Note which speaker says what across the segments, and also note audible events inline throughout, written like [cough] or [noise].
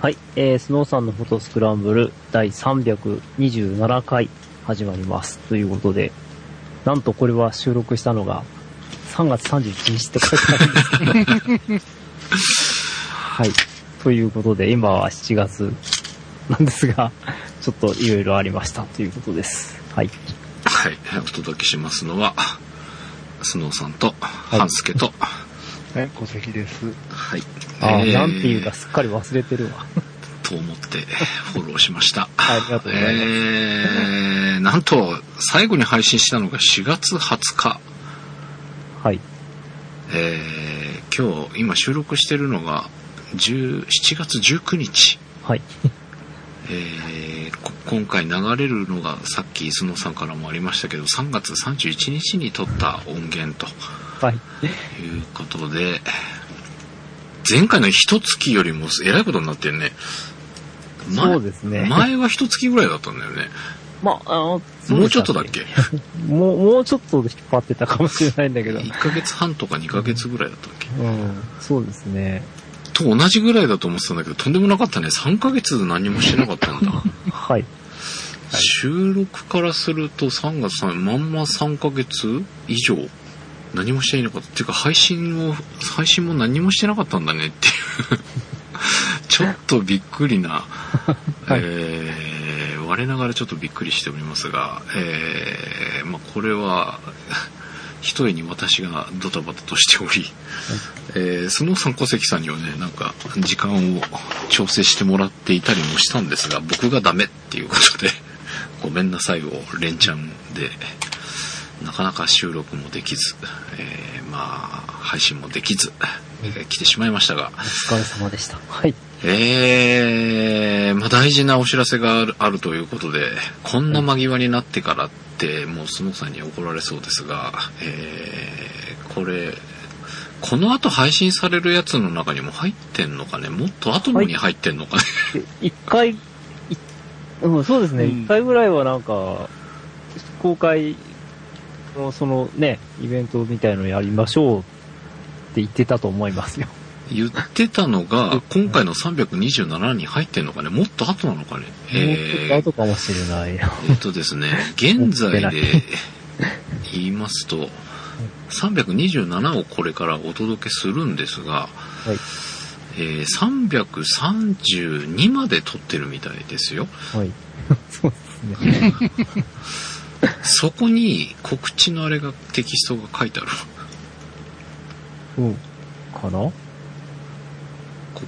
Speaker 1: はい、えー、スノーさんのフォトスクランブル第327回始まります。ということで、なんとこれは収録したのが3月31日って書いてあるんですけど。
Speaker 2: [laughs]
Speaker 1: はい。ということで、今は7月なんですが、ちょっといろいろありましたということです。はい。
Speaker 2: はい、お届けしますのは、スノーさんと、
Speaker 1: い
Speaker 2: ハンスケと、
Speaker 3: はい、戸籍です。
Speaker 2: はい。
Speaker 1: あー、
Speaker 2: えー
Speaker 1: なんていうかすっかり忘れてるわ。
Speaker 2: と思ってフォローしました。
Speaker 1: ありがとうございます
Speaker 2: えー、なんと、最後に配信したのが4月20日。
Speaker 1: はい。
Speaker 2: えー、今日、今収録してるのが、10 7月19日。
Speaker 1: はい。
Speaker 2: えーこ今回流れるのがさっきスノーさんからもありましたけど3月31日に撮った音源と
Speaker 1: はい。
Speaker 2: いうことで前回の一月よりもえらいことになってるね前
Speaker 1: そうですね。
Speaker 2: 前は一月ぐらいだったんだよね
Speaker 1: まあ、あの、そう
Speaker 2: も
Speaker 1: で
Speaker 2: う
Speaker 1: し
Speaker 2: ち
Speaker 1: た
Speaker 2: ょっとだっけ
Speaker 1: もう、もうちょっとで引っ張ってたかもしれないんだけど。
Speaker 2: 1ヶ月半とか2ヶ月ぐらいだったっけ
Speaker 1: うん、そうですね。
Speaker 2: と同じぐらいだと思ってたんだけどとんでもなかったね3ヶ月何もしてなかったんだ
Speaker 1: はい。
Speaker 2: 収録からすると3月3まんま3ヶ月以上何もしていなかったっていうか配信を配信も何もしてなかったんだねっていう [laughs] ちょっとびっくりな、
Speaker 1: [laughs] はい
Speaker 2: えー我ながらちょっとびっくりしておりますが、えーまあ、これは [laughs] ひとえに私がドタバタとしており、えー、その三戸籍さんにはねなんか時間を調整してもらっていたりもしたんですが僕がダメっていうことで [laughs] ごめんなさいを連チャンでなかなか収録もできず、えーまあ配信もできず、えー来てしまいましたが
Speaker 1: お疲れ様でした。はい。
Speaker 2: えーまあ、大事なお知らせがあるあるということで、こんな間際になってからって、もうスノーさんに怒られそうですが、えーこれ、この後配信されるやつの中にも入ってんのかねもっと後のに入ってんのかね、
Speaker 1: 一回、いうん、そうですね。
Speaker 3: うん
Speaker 1: 一、回ぐらいはなんか、公開のそのね、イベントみたいのやりましょうって言ってたと思いますよ。
Speaker 2: 言ってたのが、今回の327に入ってんのかねもっと後なのかねえ
Speaker 1: も
Speaker 2: ー
Speaker 1: うちょっと後かもしれない。
Speaker 2: えっとですね、現在で言いま
Speaker 1: [laughs]
Speaker 2: すと、327をこれからお届けするんですが、
Speaker 1: い
Speaker 2: えー332まで撮ってるみたいですよ。
Speaker 1: [laughs] はい。そうですね。
Speaker 2: そこに告知のあれが、テキストが書いてある。
Speaker 1: うん。かな
Speaker 2: こ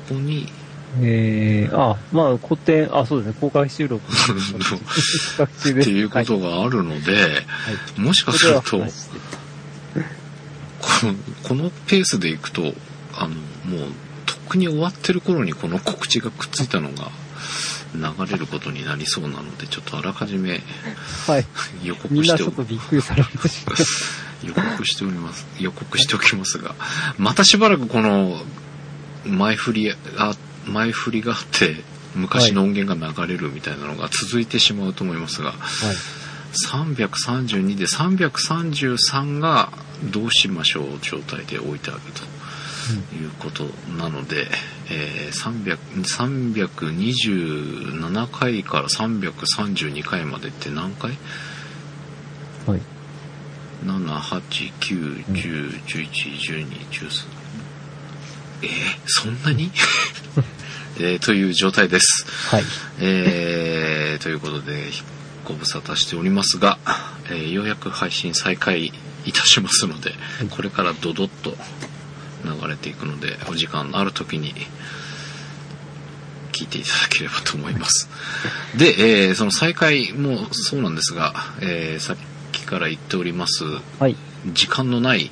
Speaker 2: こに、
Speaker 1: えー、あ、まあ、古典、あ、そうですね。公開収録。企画中
Speaker 2: [laughs] っ
Speaker 1: です
Speaker 2: ていうこ
Speaker 1: はい
Speaker 2: とがあるので、もしか
Speaker 1: そ
Speaker 2: す
Speaker 1: れ
Speaker 2: る
Speaker 1: は
Speaker 2: と、こ
Speaker 1: 話して
Speaker 2: のこのペースでいくと、あの、もう、とっくに終わってる頃にこの告知がくっついたのが流れることになりそうなので、ちょっとあらかじめ
Speaker 1: はい。
Speaker 2: 予告
Speaker 1: みん
Speaker 2: し
Speaker 1: な
Speaker 2: て
Speaker 1: ちょ
Speaker 2: お
Speaker 1: っとびっくりされました。
Speaker 2: 予告しております予告しておきますがまたしばらくこの前振りが前振りがあって昔の音源が流れるみたいなのが続いてしまうと思いますが、
Speaker 1: はい。
Speaker 2: 332で333がどうしましょう状態で置いてあるということなので、えー300 327回から332回までって何回
Speaker 1: はい。
Speaker 2: 78910111213えー、そんなに、 [laughs] えーという状態です。
Speaker 1: はい。
Speaker 2: えーということで、ご無沙汰しておりますが、えーようやく配信再開いたしますので、これからドドッと流れていくので、お時間のある時に聞いていただければと思います。で、えーその再開もそうなんですが、えーさっきから言っております、
Speaker 1: はい。
Speaker 2: 時間のない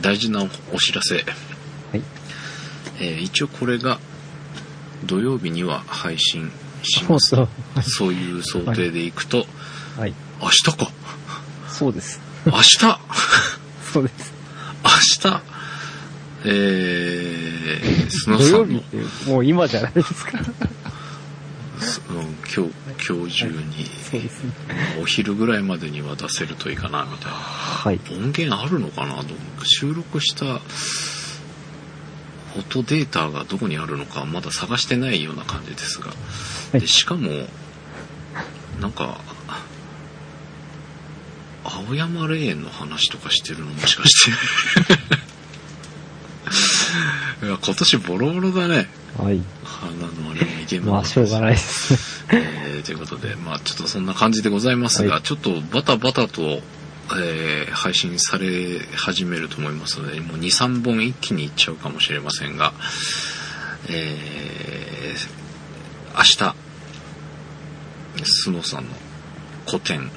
Speaker 2: 大事なお知らせ、えー一応これが土曜日には配信し
Speaker 1: そ
Speaker 2: ま
Speaker 1: う
Speaker 2: す
Speaker 1: そう。
Speaker 2: そういう想定でいくと、
Speaker 1: はい。
Speaker 2: 明日か
Speaker 1: そうです。
Speaker 2: 明日 [laughs]
Speaker 1: そうです。
Speaker 2: 明日えー、スノ
Speaker 1: 土
Speaker 2: さ
Speaker 1: 曜
Speaker 2: ん
Speaker 1: 日
Speaker 2: の
Speaker 1: っ、て、もう今じゃないですか。
Speaker 2: すうん、今日、今日中に、
Speaker 1: そうですね。
Speaker 2: お昼ぐらいまでには出せるといいかな、みたいな。
Speaker 1: はい。
Speaker 2: 音源あるのかなと思う収録した音データがどこにあるのかまだ探してないような感じですが、
Speaker 1: い
Speaker 2: でしかもなんか青山霊園の話とかしてるのもしかして [laughs] いや今年ボロボロだね
Speaker 1: はい。
Speaker 2: 花のあれもいけない
Speaker 1: まあ、しょうがないですね。
Speaker 2: えーということで、まあ、ちょっとそんな感じでございますが、
Speaker 1: はい
Speaker 2: ちょっとバタバタと、えー配信され始めると思いますので、もう2、3本一気にいっちゃうかもしれませんが、えー、明日、スノーさんの個展。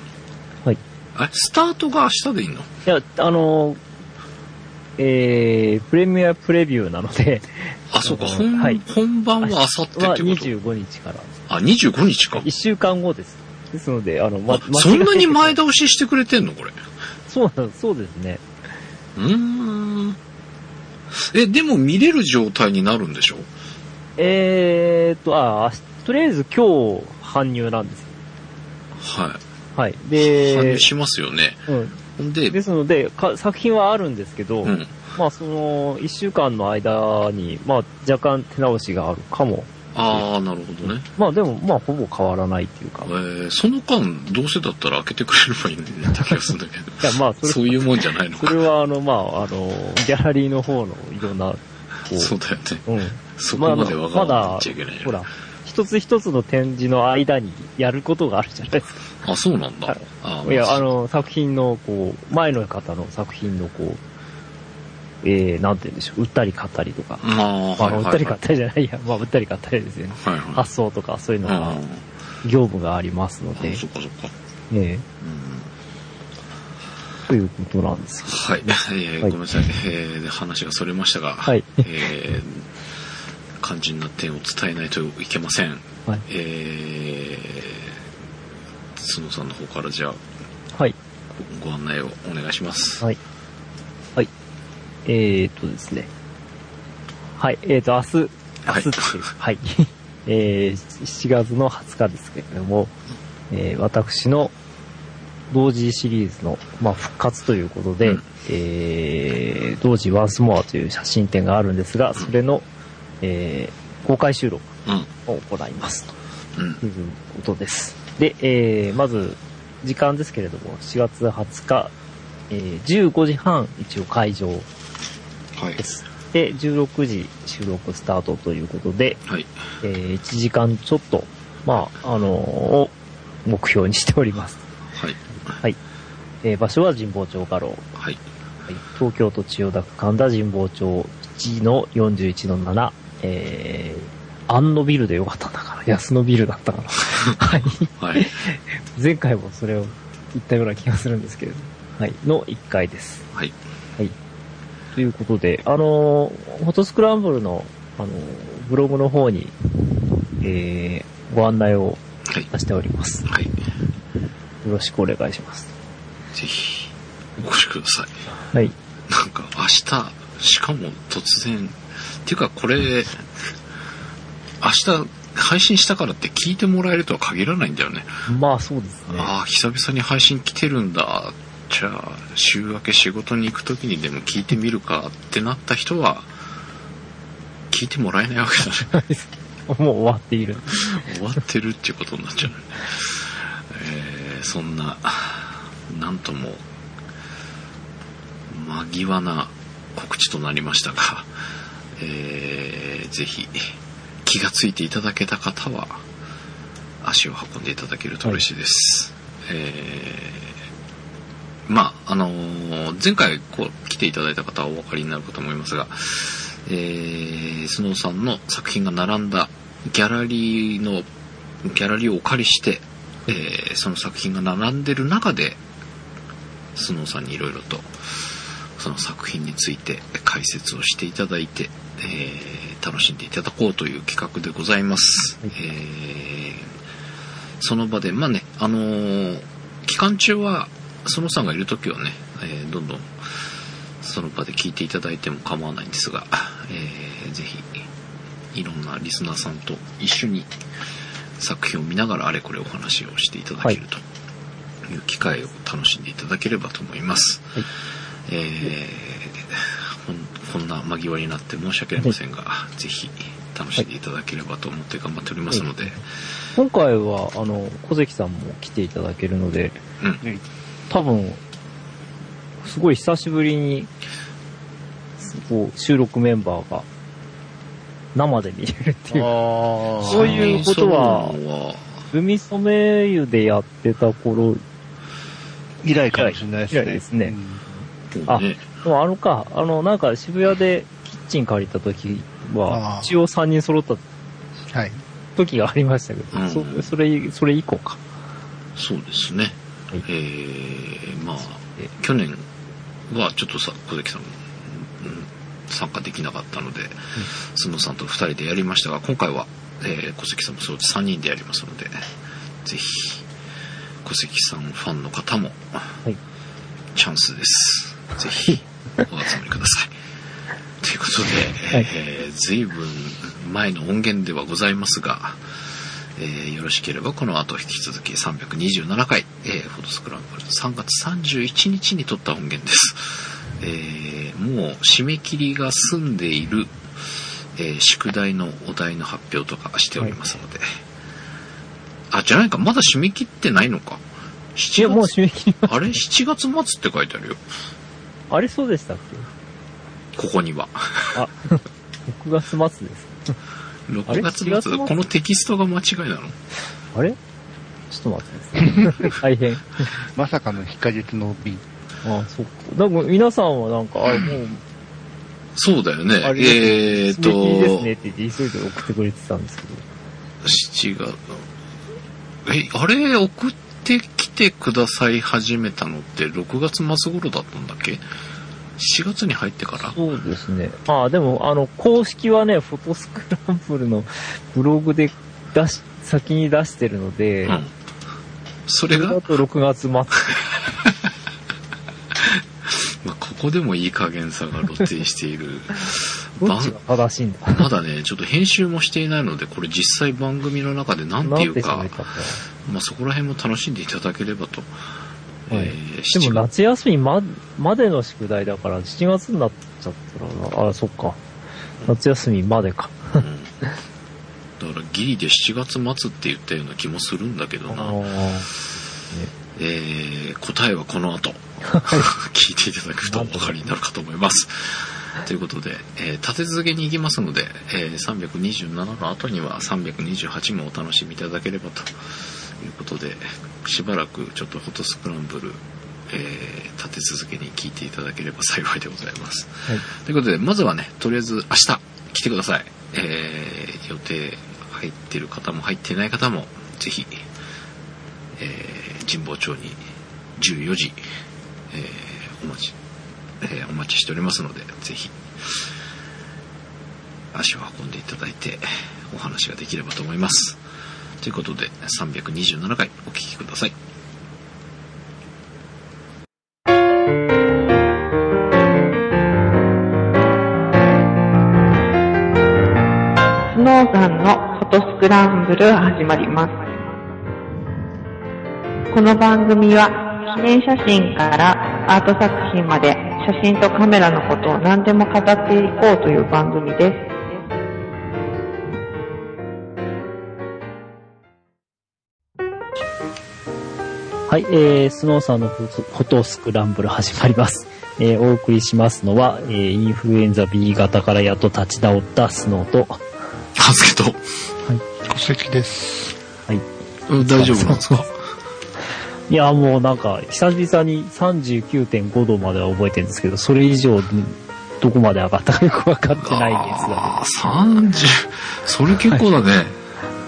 Speaker 1: はい。
Speaker 2: あれスタートが明日でいいの
Speaker 1: いや、あの、えー、プレミアプレビューなので、
Speaker 2: あ、そうか、
Speaker 1: あの
Speaker 2: 本、
Speaker 1: はい
Speaker 2: 本番は明後日
Speaker 1: は
Speaker 2: ってこと
Speaker 1: 25日から、
Speaker 2: あ、25日か
Speaker 1: 1。週間後です。ですので、あの、ま
Speaker 2: あ、そんなに前
Speaker 1: だ
Speaker 2: 倒ししてくれてんのこれ。
Speaker 1: そうなんそうですね。
Speaker 2: うーん。え、でも見れる状態になるんでしょ
Speaker 1: えーっと、あ、あしとりあえず今日搬入なんです。
Speaker 2: は
Speaker 1: はい。
Speaker 2: い。参
Speaker 1: で
Speaker 2: 入、しますよね。
Speaker 1: うん、
Speaker 2: ほんで、
Speaker 1: ですのでか、作品はあるんですけど、
Speaker 2: うん。
Speaker 1: まあその、1週間の間に、まあ若干手直しがあるかも。
Speaker 2: ああ、なるほどね。
Speaker 1: まあでも、まあほぼ変わらないっていうか。
Speaker 2: え
Speaker 1: い
Speaker 2: ー、その間、どうせだったら開けてくれればいいんだって気がするんだけど。
Speaker 1: や、まあ [laughs] それ
Speaker 2: そういうもんじゃないの
Speaker 1: そ
Speaker 2: か
Speaker 1: れ。は、あの、まあ、あの、ギャラリーの方のいろんな、こ
Speaker 2: [laughs] そうだよね。
Speaker 1: う、うん。
Speaker 2: そこまでわがま
Speaker 1: ま
Speaker 2: ま
Speaker 1: だ
Speaker 2: 言っちゃいけない
Speaker 1: ほ
Speaker 2: よ。
Speaker 1: ら、一つ一つの展示の間にやることがあるじゃないです
Speaker 2: [laughs]
Speaker 1: か。
Speaker 2: あ、そうな
Speaker 1: は
Speaker 2: んだ
Speaker 1: い。
Speaker 2: あ
Speaker 1: いや、あ
Speaker 2: の、
Speaker 1: の、作品の、こう、前の方の作品の、こう、えー、なんて言うんでしょう、売ったり買ったりとか。
Speaker 2: ああー、
Speaker 1: ま
Speaker 2: はい
Speaker 1: あ、売っ
Speaker 2: は
Speaker 1: た
Speaker 2: い
Speaker 1: り買
Speaker 2: は
Speaker 1: ったりじゃないや、まあ、売ったり買ったりですよね。
Speaker 2: い。はいはい。
Speaker 1: 発想とか、そういうの
Speaker 2: うんあ
Speaker 1: が、業務がありますので
Speaker 2: ー、そっかそっか。
Speaker 1: ええ
Speaker 2: うん
Speaker 1: ということなんですけど。
Speaker 2: はい、えー
Speaker 1: はい
Speaker 2: ごめんなさい、えーで話がそれましたが、
Speaker 1: はい
Speaker 2: えー肝心な点を伝えないといけません。
Speaker 1: はい
Speaker 2: えー、角さんの方からじゃあ
Speaker 1: はい。
Speaker 2: ご案内をお願いします。
Speaker 1: はい。はい。えー、っとですね。はい。えー、っと、明日、明日っていう、はい。 [laughs] えー、7月の20日ですけれども、えー私の同時シリーズの、まあ、復活ということで、
Speaker 2: うん
Speaker 1: えー、同時ワンスモアという写真展があるんですが、それの、えー公開収録
Speaker 2: う
Speaker 1: を行いますと。
Speaker 2: ん、うん、
Speaker 1: ということです。で、えー、まず、時間ですけれども、4月20日、えー、15時半、一応会場
Speaker 2: はい
Speaker 1: で。す。で、16時収録スタートということで、
Speaker 2: はい、
Speaker 1: えー、1時間ちょっと、まあ、あのーを目標にしております。
Speaker 2: はい、
Speaker 1: はい。えー、場所は神保町画廊。は
Speaker 2: はい、
Speaker 1: い、東京都千代田区神田神保町1の41の7、えー、安野ビルでよかったんだから、安野ビルだったから。 [laughs] はい。
Speaker 2: はい、
Speaker 1: 前回もそれを言ったような気がするんですけれど、はい、の1回です。
Speaker 2: はい、
Speaker 1: はい。ということで、あのー、フォトスクランブルの、あのー、ブログの方に、えー、ご案内を
Speaker 2: はい、
Speaker 1: 出しております。よ
Speaker 2: はい、
Speaker 1: ろしくお願いします。
Speaker 2: ぜひ、お越しください。
Speaker 1: はい。
Speaker 2: なんか明日、しかも突然、ていうかこれ、明日配信したからって聞いてもらえるとは限らないんだよね。
Speaker 1: まあ、そうですね。
Speaker 2: ああ、久々に配信来てるんだ。じゃあ、週明け仕事に行く時にでも聞いてみるかってなった人は、聞いてもらえないわけだね。
Speaker 1: もう終わっている。
Speaker 2: 終わってるっていうことになっちゃうね、えーそんななんとも間際な告知となりましたが、えーぜひ気がついていただけた方は足を運んでいただけると嬉しいです、えーまああのー前回こう来ていただいた方はお分かりになるかと思いますが、えー、スノーさんの作品が並んだギャラリーのギャラリーをお借りして、えーその作品が並んでる中でスノーさんにいろいろとその作品について解説をしていただいて、えー楽しんでいただこうという企画でございます、
Speaker 1: はい
Speaker 2: えーその場でまあねあのー期間中はスノーさんがいる時はね、えーどんどんその場で聞いていただいても構わないんですが、えーぜひいろんなリスナーさんと一緒に作品を見ながらあれこれお話をしていただけるという機会を楽しんでいただければと思います、
Speaker 1: はい
Speaker 2: えーこんこんな間際になって申し訳ありませんが、ぜひ楽しんでいただければと思って頑張っておりますので、
Speaker 1: 今回は、あの、小関さんも来ていただけるので、
Speaker 2: うん、
Speaker 3: ね、
Speaker 1: 多分、すごい久しぶりに、こう、収録メンバーが、生で見れるっていう。
Speaker 3: あ
Speaker 1: そういうことは
Speaker 2: そういうのは
Speaker 1: 海染め湯でやってた頃、
Speaker 3: 以来かもしれないですね。
Speaker 1: 以来ですね
Speaker 3: うん
Speaker 1: あ
Speaker 2: ね
Speaker 1: でもあのか、あの、なんか渋谷でキッチン借りた時は
Speaker 3: あ、ー
Speaker 1: 一応3人揃った
Speaker 3: はい。
Speaker 1: 時がありましたけど、
Speaker 2: うん
Speaker 1: そそれ、それ以降か。
Speaker 2: そうですね。
Speaker 1: はい
Speaker 2: えー、まあ
Speaker 1: え、
Speaker 2: 去年はちょっとさ、小関さん、うん参加できなかったので、スノーさんと2人でやりましたが、今回は、えー小関さんもそう3人でやりますので、ぜひ、小関さんファンの方も、
Speaker 1: い
Speaker 2: チャンスです。ぜひ、お集まりください。ということで、
Speaker 1: はい
Speaker 2: えー、随分前の音源ではございますが、えーよろしければこの後引き続き327回、えーフォトスクランブル3月31日に撮った音源です。えーもう締め切りが済んでいる、えー宿題のお題の発表とかしておりますので。あ、じゃないか、まだ締め切ってないのか。
Speaker 1: いや、
Speaker 2: 7
Speaker 1: もう締
Speaker 2: 月、
Speaker 1: め切り、
Speaker 2: あれ7月末って書いてあるよ。
Speaker 1: あれそうでしたっ
Speaker 2: ここには。
Speaker 1: けあ、6月末です。あれ
Speaker 2: 6月
Speaker 1: 7月末
Speaker 2: 末、このテキストが間違いなの
Speaker 1: あれちょっと待ってください。大変。
Speaker 3: まさかの非果実の瓶。
Speaker 1: あそっか。なんか皆さんはなんか、あもう、
Speaker 2: そうだよね。
Speaker 1: あれ
Speaker 2: えー
Speaker 1: 締め切りです
Speaker 2: と
Speaker 1: ね、って言って急いで送ってくれてたんですけど。
Speaker 2: 7月えあれ送ってきてください始めたのって6月末頃だったんだっけ7月に入ってから
Speaker 1: そうですね。まあでも、あの、公式はね、フォトスクランブルのブログで出し、先に出してるので、
Speaker 2: うんそれが、
Speaker 1: だと6月末。
Speaker 2: まあ、ここでもいい加減さが露呈している
Speaker 1: [laughs] どっちが正しいんだ
Speaker 2: まだねちょっと編集もしていないのでこれ実際番組の中で何て
Speaker 1: ないんて
Speaker 2: うか
Speaker 1: 喋ったか。
Speaker 2: まあ、そこら辺も楽しんでいただければと、
Speaker 1: はい
Speaker 2: えー
Speaker 1: でも
Speaker 2: 7
Speaker 1: 夏休みま、までの宿題だから、7月になっちゃったらな、あ、そっか。夏休みまでか。
Speaker 2: うんだからギリで7月末って言ったような気もするんだけど
Speaker 1: あ
Speaker 2: な
Speaker 1: ー
Speaker 2: えー答えはこの後 [laughs] 聞いていただくとお分かりになるかと思います。ということで、えー立て続けに行きますので、えー327の後には328もお楽しみいただければということで、しばらくちょっとフォトスクランブル、えー立て続けに聞いていただければ幸いでございます。
Speaker 1: はい
Speaker 2: ということで、まずはね、とりあえず明日来てください。えー、予定入ってる方も入ってない方も、ぜひ、えー、神保町に14時、えー、お待ち、えー、お待ちしておりますので、ぜひ、足を運んでいただいて、お話ができればと思います。ということで、327回お聞きください。
Speaker 4: スノーさんのフォトスクランブル始まります。この番組は記念写真からアート作品まで写真とカメラのことを何でも語っていこうという番組です。
Speaker 1: はい、えー、スノーさんのフォトフォトスクランブル始まります。えー、お送りしますのは、えー、インフルエンザ B 型からやっと立ち直ったスノーと、は
Speaker 2: はずけと、
Speaker 3: 戸籍です。
Speaker 1: い。
Speaker 2: うん大丈夫なんですか
Speaker 1: いや、もうなんか、久々に39.5度までは覚えてるんですけど、それ以上、どこまで上がったかよくわかってないんですが、
Speaker 2: ああ、30。それ結構だね。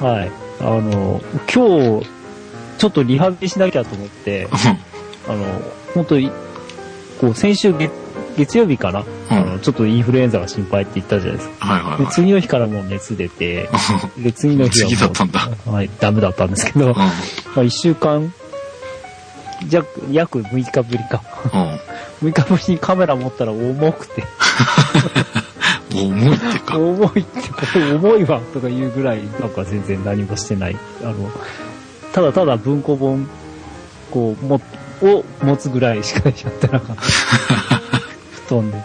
Speaker 1: はい。あの、今日、ちょっとリハビリしなきゃと思って、あの、本当に、こう、先週月、月曜日かな、
Speaker 2: うん
Speaker 1: あの、ちょっとインフルエンザが心配って言ったじゃないですか。
Speaker 2: はいはい
Speaker 1: で
Speaker 2: は
Speaker 1: 次の日からもう熱出て、
Speaker 2: い。
Speaker 1: で、次の日はもう。
Speaker 2: [laughs] 次だったんだ
Speaker 1: はい、ダメだったんですけど、まあ一週間、約、約6日ぶりか。 [laughs]
Speaker 2: う
Speaker 1: 6日ぶりにカメラ持ったら重くて、 [laughs]
Speaker 2: ん。うん。重いってか。
Speaker 1: 重いって、これ重いわとか言うぐらい、なんか全然何もしてない。あの、ただただ文庫本、こう、 [laughs] も、を持つぐらいしかやってなかった。布団で。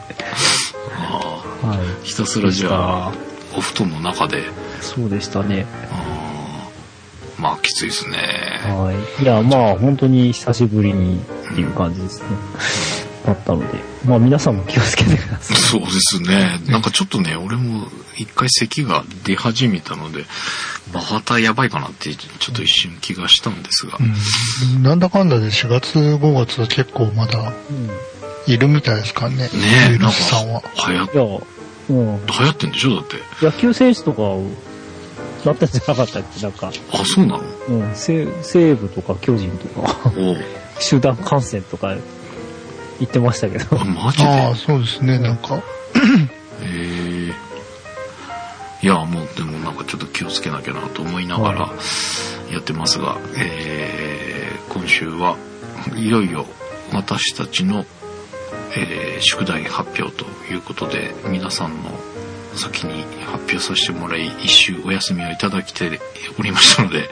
Speaker 2: ひたすらじゃあ
Speaker 1: で
Speaker 2: お布団の中で
Speaker 1: そうでしたね。
Speaker 2: あーまあきついですね
Speaker 1: はい。いや、まあ、本当に久しぶりにっていう感じです [laughs] ね。だったので、まあ、皆さんも気をつけてください。
Speaker 2: そうですねなんかちょっとね俺も一回咳が出始めたのでまたやばいかなってちょっと一瞬気がしたんですが、
Speaker 3: うんなんだかんだで4月5月は結構まだ
Speaker 1: うん。い
Speaker 3: いるみたいですからね。
Speaker 2: ね
Speaker 3: ウ
Speaker 2: え
Speaker 3: イ
Speaker 2: な
Speaker 3: ル
Speaker 2: ん
Speaker 3: スさんは
Speaker 2: か。流行
Speaker 1: や、うん。
Speaker 2: 流行ってんでしょだって
Speaker 1: 野球選手とかを、なったんじゃなかったっけなんか、
Speaker 2: あそうなの
Speaker 1: うん、西西武とか巨人とか、 [laughs]
Speaker 2: おう
Speaker 1: 集団感染とか言ってましたけど
Speaker 2: あ。マジで
Speaker 3: ああ、そうですね、なんか。
Speaker 2: えーいやもうでもなんかちょっと気をつけなきゃなと思いながら
Speaker 1: は
Speaker 2: やってますが、えー今週はいよいよ私たちの、えー宿題発表ということで皆さんの先に発表させてもらい一周お休みをいただきておりましたので、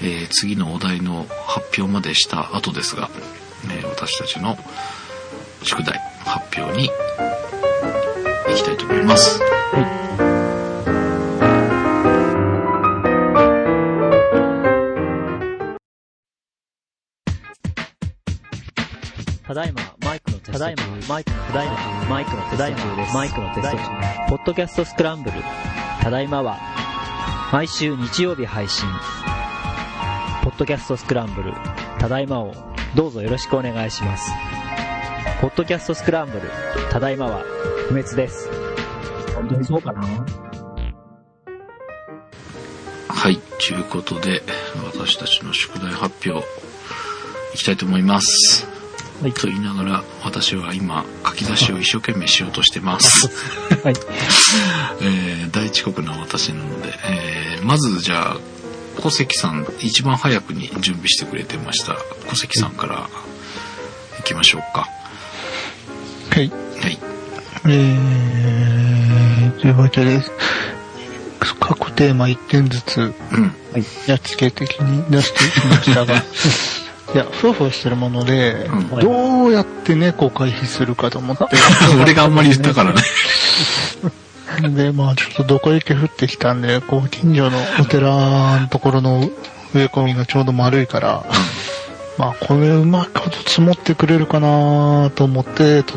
Speaker 2: えー次のお題の発表までした後ですが、えー私たちの宿題発表に行きたいと思います。
Speaker 1: ただいま、マイクのテストただいま、マイクの、ただいま、マイクのテスト中です。マイクのテスト中。ポッドキャストスクランブル。ただいまは、毎週日曜日配信。ポッドキャストスクランブル。ただいまを、どうぞよろしくお願いします。ポッドキャストスクランブル。ただいまは、不滅です。本当にそうかな
Speaker 2: はい、ということで、私たちの宿題発表、いきたいと思います。
Speaker 1: はい
Speaker 2: と言いながら、私は今、書き出しを一生懸命しようとして
Speaker 3: [laughs]
Speaker 2: ます。
Speaker 1: はい。
Speaker 2: えー、大遅刻な私なので、えー、まずじゃあ、小関さん、一番早くに準備してくれてました、小関さんから、いきましょうか。
Speaker 3: はい。 [laughs]
Speaker 2: はい。
Speaker 3: えー、というわけです。各テーマ1点ずつ、
Speaker 2: うん。
Speaker 3: やっつけ的に出してきましたが、 [laughs] いや、ふわふわしてるもので、
Speaker 2: うん
Speaker 3: どうやって猫を回避するかと思って、
Speaker 2: [laughs] 俺があんまり言ったから
Speaker 3: [laughs]
Speaker 2: ね。
Speaker 3: で、まあちょっとどこ行け降ってきたんで、こう近所のお寺のところの植え込みがちょうど丸いから、まあこれうまく積もってくれるかなと思って取っ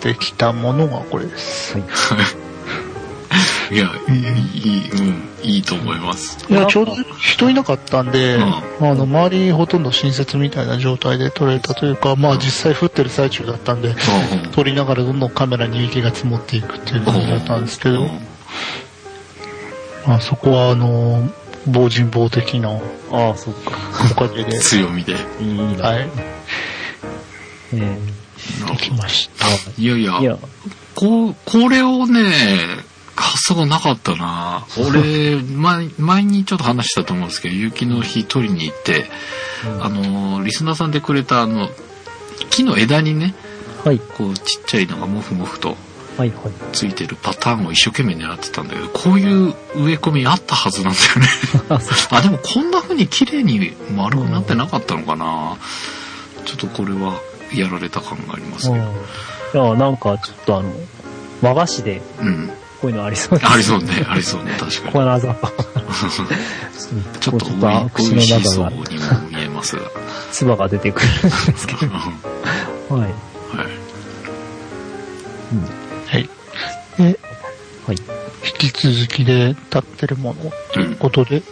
Speaker 3: てきたものがこれです。
Speaker 2: いや、いい、うん、いいと思います。
Speaker 3: いや、ちょうど人いなかったんで、
Speaker 2: うん
Speaker 3: あの、周りほとんど新雪みたいな状態で撮れたというか、まあ実際降ってる最中だったんで、
Speaker 2: うん
Speaker 3: 撮りながらどんどんカメラに雪が積もっていくっていう感じだったんですけ
Speaker 2: う
Speaker 3: ど、
Speaker 2: ん
Speaker 3: まあそこはあの、防人防的な
Speaker 1: ああ、そっか。
Speaker 3: おかげで、
Speaker 2: 強みで。
Speaker 1: いいな。
Speaker 3: はい、
Speaker 1: ええ
Speaker 3: できました。
Speaker 2: いやいや
Speaker 1: いや、
Speaker 2: こう、これをね、発想がなかったな俺、前、前にちょっと話したと思うんですけど、雪の日取りに行って、あの、リスナーさんでくれたあの、木の枝にね、
Speaker 1: はい、
Speaker 2: こう、ちっちゃいのがもふもふと
Speaker 1: はい、はい。
Speaker 2: ついてるパターンを一生懸命狙ってたんだけど、こういう植え込みあったはずなんだよね。
Speaker 1: あ、そ
Speaker 2: あ、でもこんな風に綺麗に丸くなってなかったのかなちょっとこれはやられた感があります
Speaker 1: う
Speaker 2: け
Speaker 1: ん。い
Speaker 2: ど。
Speaker 1: や、なんかちょっとあの、和菓子で
Speaker 2: うん。
Speaker 1: こういうのありそうです。 [laughs]
Speaker 2: ありそうね、ありそうね、確かに
Speaker 1: 粉。ざば。
Speaker 2: [laughs] ちょっと
Speaker 1: こう
Speaker 2: 美
Speaker 1: 口
Speaker 2: 味
Speaker 1: の
Speaker 2: し
Speaker 1: 中
Speaker 2: そう
Speaker 1: が
Speaker 2: にも見えますが。は
Speaker 1: 唾が出てくるんですけど。はい。
Speaker 2: い。
Speaker 3: はい。で、
Speaker 1: はい。
Speaker 3: 引き続きで立ってるものということで、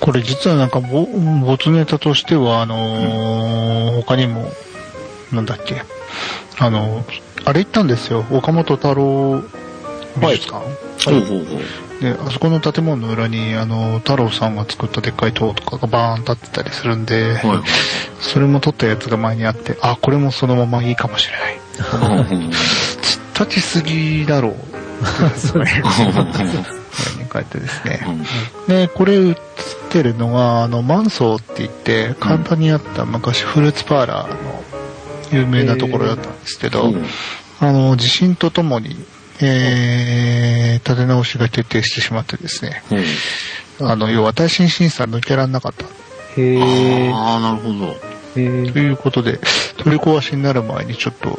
Speaker 3: これ実はなんかぼ、没ネタとしては、あのー他にも、なんだっけ、あのーあれ行ったんですよ、岡本太郎美術館、
Speaker 2: ほうほうほう。
Speaker 3: で、あそこの建物の裏に、あのー太郎さんが作ったでっかい塔とかがバーン立ってたりするんで、
Speaker 2: はい
Speaker 3: それも撮ったやつが前にあって、あ、これもそのままいいかもしれない。
Speaker 2: ほうほう
Speaker 3: 立ちすぎだろう。
Speaker 1: そうです
Speaker 2: ほうほうほう
Speaker 3: これに書いてですね。
Speaker 2: うん
Speaker 3: で、これ映ってるのが、あの、マンソーって言って、簡単にあった昔フルーツパーラーの有名なところだったんですけど、
Speaker 2: うん
Speaker 3: あの、地震とともに、えー、立て直しが決定してしまってですね、
Speaker 2: ほう
Speaker 3: あの、要は耐震審査抜けられなかった。
Speaker 1: へえ。
Speaker 2: [laughs] ああ、なるほど。
Speaker 1: へー
Speaker 3: ということで、取り壊しになる前にちょっと、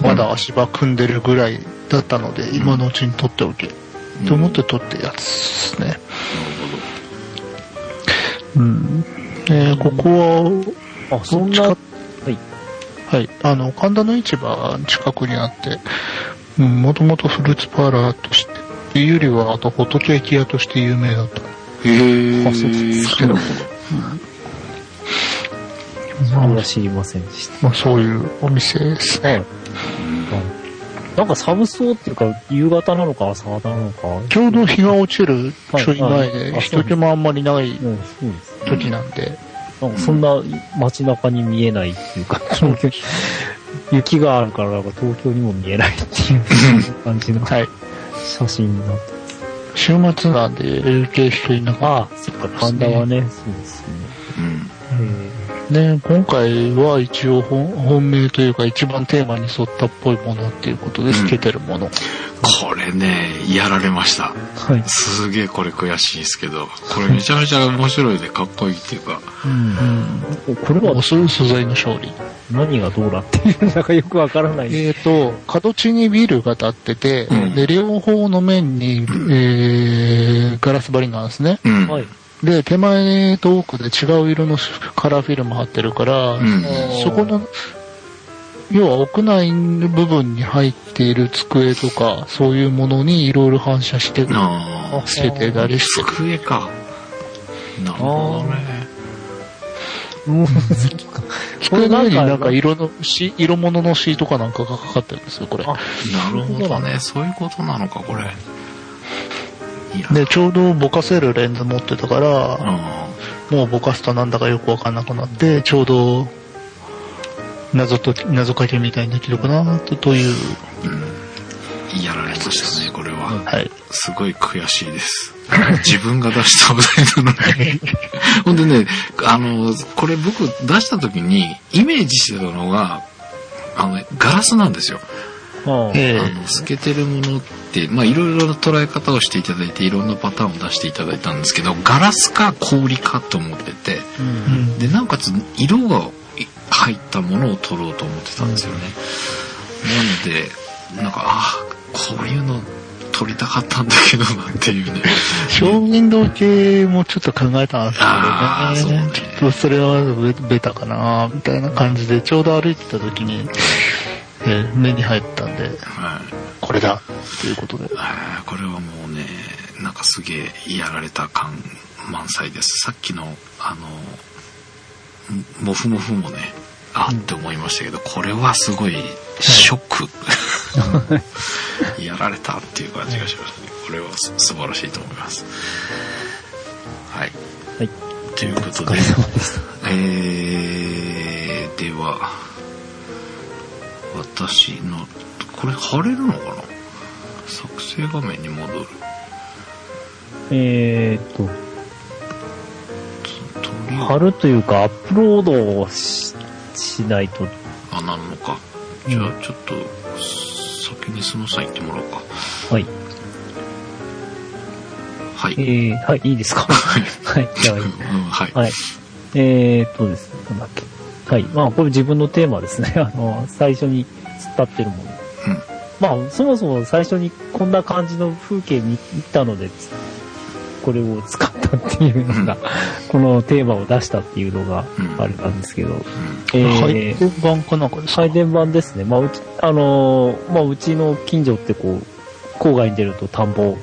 Speaker 5: まだ足場組んでるぐらいだったので、今のうちに取っておけ。と思って取ってやつですね。うん。えーここは、
Speaker 1: あ、そんな、
Speaker 5: ど
Speaker 1: は
Speaker 5: っち
Speaker 1: い。
Speaker 5: はい、あの、神田の市場近くにあって、うんもともとフルーツパーラーとして、っていうよりは、あと、ホットケーキ屋として有名だった。
Speaker 2: へえ。
Speaker 1: あそうです
Speaker 2: そうなんだ
Speaker 1: あ
Speaker 5: ま
Speaker 1: んま
Speaker 5: あ、
Speaker 1: 知りませんでし
Speaker 5: まあそういうお店です
Speaker 1: た。
Speaker 5: ね。
Speaker 1: はい。なんか寒そうっていうか、夕方なのか朝方なのか。
Speaker 5: ちょうど日が落ちるちょい前
Speaker 1: はい
Speaker 5: で、
Speaker 1: はい
Speaker 5: 人気もあんまりない
Speaker 1: うん、そうです。
Speaker 5: 時なんで、
Speaker 1: なんかそんな街中に見えないっていうか、
Speaker 5: そう
Speaker 1: 東京、雪があるからなんか東京にも見えないっていう感じの
Speaker 5: [laughs] はい。
Speaker 1: 写真になって。
Speaker 5: 週末なんで、休憩人いなかっ
Speaker 1: ああ、そっか、神田はね、そうですね。
Speaker 2: うん。
Speaker 5: た。ね、今回は一応本本命というか一番テーマに沿ったっぽいものっていうことでつけてるもの。
Speaker 2: これね、やられました。
Speaker 1: はい。
Speaker 2: すげえこれ悔しいですけど、これめちゃめちゃ面白いでかっこいいっていうか、
Speaker 1: これ
Speaker 5: もう
Speaker 1: は
Speaker 5: そういう素材の勝利。
Speaker 1: 何がどうだっていう、なんかよくわからない。
Speaker 5: えっ、と、角地にビルが立ってて、
Speaker 2: うん
Speaker 5: で、両方の面に、えー、ガラス張りなんですね。
Speaker 2: うん。
Speaker 1: はい。
Speaker 5: で、手前と奥で違う色のカラーフィルム貼ってるから、
Speaker 2: うん
Speaker 5: そこの、要は屋内の部分に入っている机とか、そういうものにいろいろ反射して、
Speaker 2: ああ、
Speaker 5: つけてたりしてる。
Speaker 2: 机か。なるほどね。
Speaker 1: もう、
Speaker 5: 机の上になん
Speaker 1: こ
Speaker 5: か
Speaker 1: れ
Speaker 5: 色のし、色物のシートかなんかがかかってるんですよ、これ。
Speaker 1: あ
Speaker 2: なるほどね。そういうことなのか、これ。いや、
Speaker 5: で、ちょうどぼかせるレンズ持ってたから、
Speaker 2: あ
Speaker 5: もうぼかすとなんだかよくわかんなくなって、ちょうど、謎と、謎かけみたいにできるかな、とという、
Speaker 2: ーやられましたね、これは。
Speaker 5: はい。
Speaker 2: すごい悔しいです。自分が出したお題なのに。ほんでね、あの、これ僕出した時にイメージしてたのが、あの、ガラスなんですよ。
Speaker 1: ああ
Speaker 5: ええ
Speaker 2: あの透けてるものって、まあ、いろいろな捉え方をしていただいていろんなパターンを出していただいたんですけどガラスか氷かと思ってて
Speaker 5: うん
Speaker 2: でなおかつ色が入ったものを取ろうと思ってたんですよね、なのでなんかああこういうの取りたかったんだけどなっていうね
Speaker 5: 表現動系もちょっと考えたんです
Speaker 2: あーそ
Speaker 5: け
Speaker 2: う
Speaker 5: ど
Speaker 2: ね
Speaker 5: ね。ちょっとそれはベベタかな、みたいな感じで、ちょうど歩いてた時に、えー目に入ったんで、
Speaker 2: はい
Speaker 5: これだ、ということで。
Speaker 2: あーこれはもうねなんかすげえやられた感満載ですさっきのあのんモフモフもねあーって思いましたけど、これはすごいショック、やられたっていう感じがしましたねこれはす素晴らしいと思いますはい、
Speaker 1: はい
Speaker 2: ということでえー、では私のこれ貼れるのかな作成画面に戻る
Speaker 1: えーっと、
Speaker 2: とりあえ
Speaker 1: 貼るというか、アップロードをししないと。
Speaker 2: あなるのかじゃあちょっと先にそのさん行ってもらおうか
Speaker 1: はい。
Speaker 2: はい
Speaker 1: えー、はい、いい [laughs] ですかはい、じゃあ、
Speaker 2: うんはい、
Speaker 1: はい。えーっとですね、なんだっけ。はい。まあ、これ自分のテーマですね。 [laughs] あの、最初に突っ立ってるもの。
Speaker 2: うん
Speaker 1: まあ、そもそも最初にこんな感じの風景に行ったので、つこれを使ったっていうのが、このテーマを出したっていうのがあれなんですけど、え
Speaker 5: 配
Speaker 1: ー、
Speaker 5: 点版かなんかですか
Speaker 1: 配電盤ですね。まあ、うち、あのーまあ、うちの近所ってこう、郊外に出ると田んぼ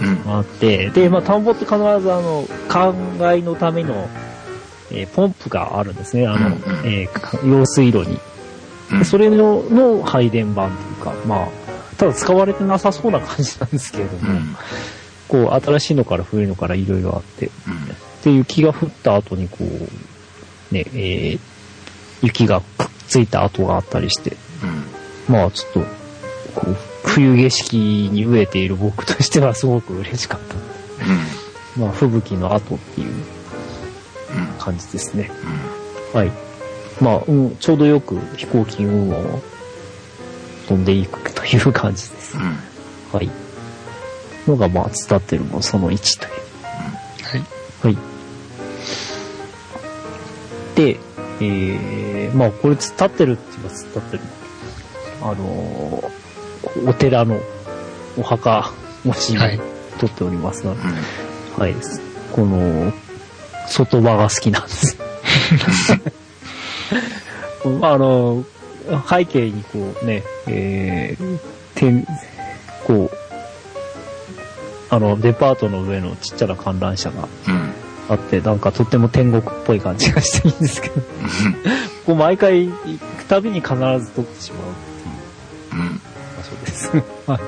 Speaker 2: うんうん
Speaker 1: あって、で、まあ、田んぼって必ずあの、灌漑のための、えーポンプがあるんですね。あの、
Speaker 2: うんうん
Speaker 1: えーか用水路に。
Speaker 2: うん
Speaker 1: それの、の配電盤というか、まあ、ただ使われてなさそうな感じなんですけれども、
Speaker 2: うん
Speaker 1: こう、新しいのから古いのからいろいろあって、
Speaker 2: うん
Speaker 1: で、雪が降った後にこう、ね、えー雪がくっついた跡があったりして、
Speaker 2: うん
Speaker 1: まあちょっと、こう、冬景色に飢えている僕としてはすごく嬉しかった。
Speaker 2: うん
Speaker 1: まあ、吹雪の後っていう
Speaker 2: うん
Speaker 1: 感じですね。
Speaker 2: うん
Speaker 1: はい。まあ、うん、ちょうどよく飛行機運動を飛んでいくという感じです。
Speaker 2: うん
Speaker 1: はい。のが、まあ、伝ってるものその1という。
Speaker 5: はい。
Speaker 1: はい。で、えー、まあ、これ伝ってるって言えば伝ってる。あのーお寺のお墓もシ
Speaker 3: はい
Speaker 1: ーンを撮っておりますが、はい、この、外場が好きなん [laughs] です。まあ、あの、背景にこうね、えー、てこう、あの、デパートの上のちっちゃな観覧車が
Speaker 2: うん。うん。
Speaker 1: あって、なんかとっても天国っぽい感じがしていいんですけ [laughs] ど、こう毎回行くたびに必ず撮ってしまう
Speaker 2: うん。うん。
Speaker 1: 場所です。はい。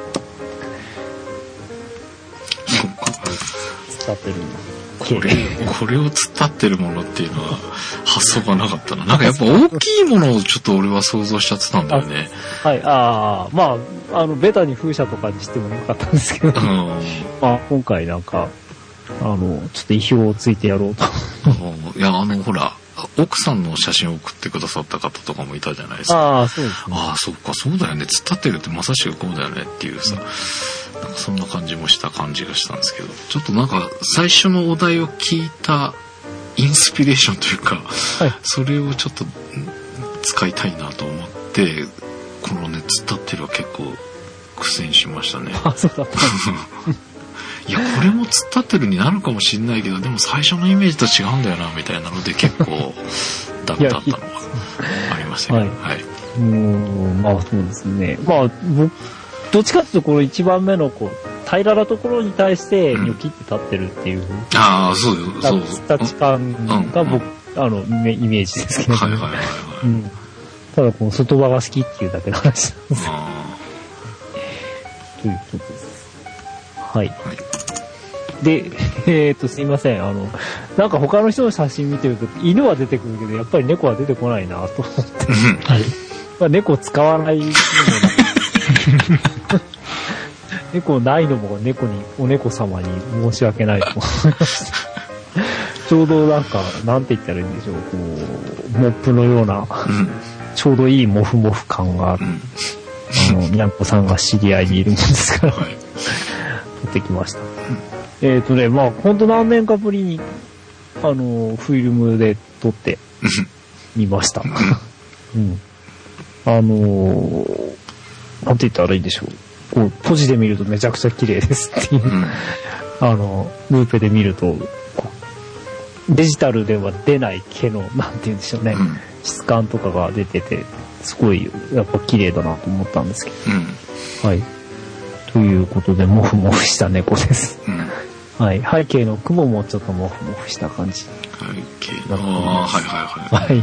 Speaker 2: そっか。
Speaker 1: 使ってる
Speaker 2: これ、これを突っ立ってるものっていうのは発想がなかったな。なんかやっぱ大きいものをちょっと俺は想像しちゃってたんだよね。
Speaker 1: はい、ああ、まあ、あの、ベタに風車とかにしてもよかったんですけど
Speaker 2: う、ん。
Speaker 1: まあ、今回なんか、あの、ちょっと意表をついてやろうと。
Speaker 2: いや、あの、ほら、奥さんの写真を送ってくださった方とかもいたじゃないですか。
Speaker 1: ああ、そうですね。
Speaker 2: ああ、そうか、そうだよね。突っ立ってるってまさしくこうだよねっていうさ、なんかそんな感じもした感じがしたんですけど、ちょっとなんか最初のお題を聞いたインスピレーションというか、
Speaker 1: い
Speaker 2: それをちょっとん使いたいなと思って、このね、突っ立ってるは結構苦戦しましたね。
Speaker 1: [laughs] あそうだった。
Speaker 2: いや、これも突っ立ってるになるかもしんないけど、でも最初のイメージと違うんだよな、みたいなので結構、ダメだったのがありましたけど、はい。
Speaker 1: うーん、まあそうですね。まあ、僕、どっちかっていうと、この一番目の、こう、平らなところに対して、
Speaker 2: うん
Speaker 1: ニョキって立ってるっていう、
Speaker 2: ああ、そうよ、そう。
Speaker 1: 立ち感が僕、あの、イメイメージですけど。
Speaker 2: はいはいはいはい。
Speaker 1: うん。ただ、この外場が好きっていうだけの話なんです
Speaker 2: あ
Speaker 1: ということです。はい。
Speaker 2: あ、はい。
Speaker 1: で、 [laughs] えっと、すいません。あの、なんか他の人の写真見てると、犬は出てくるけど、やっぱり猫は出てこないなと思って。
Speaker 5: はい。
Speaker 1: [laughs] まあ、猫使わないのもな猫ないのも猫に、お猫様に申し訳ないと思いました。ちょうどなんか、なんて言ったらいいんでしょう、こう、モップのような、
Speaker 2: うん、うん、
Speaker 1: ちょうどいいモフモフ感がある、
Speaker 2: うん。
Speaker 1: あの、にゃんこさんが知り合いにいるもんですから、 [laughs]
Speaker 2: はい。
Speaker 1: 撮ってきました。えっ、とね、まあ、ほんと何年かぶりに、あの、フィルムで撮ってみました。うん。あのー、なんて言ったらいいんでしょう。こう、閉じで見るとめちゃくちゃ綺麗ですっていうう。
Speaker 2: ん、
Speaker 1: あの、ルーペで見ると、こうデジタルでは出ない毛の、なんて言うんでしょうね。
Speaker 2: うん、
Speaker 1: 質感とかが出てて、すごい、やっぱ綺麗だなと思ったんですけ
Speaker 2: う
Speaker 1: ど。はい。ということで、もふもふした猫です。
Speaker 2: ん、うん。
Speaker 1: はい。背景の雲もちょっともふもふした感じ。
Speaker 2: はい、けど、ああ、はいはいはい。
Speaker 1: はい。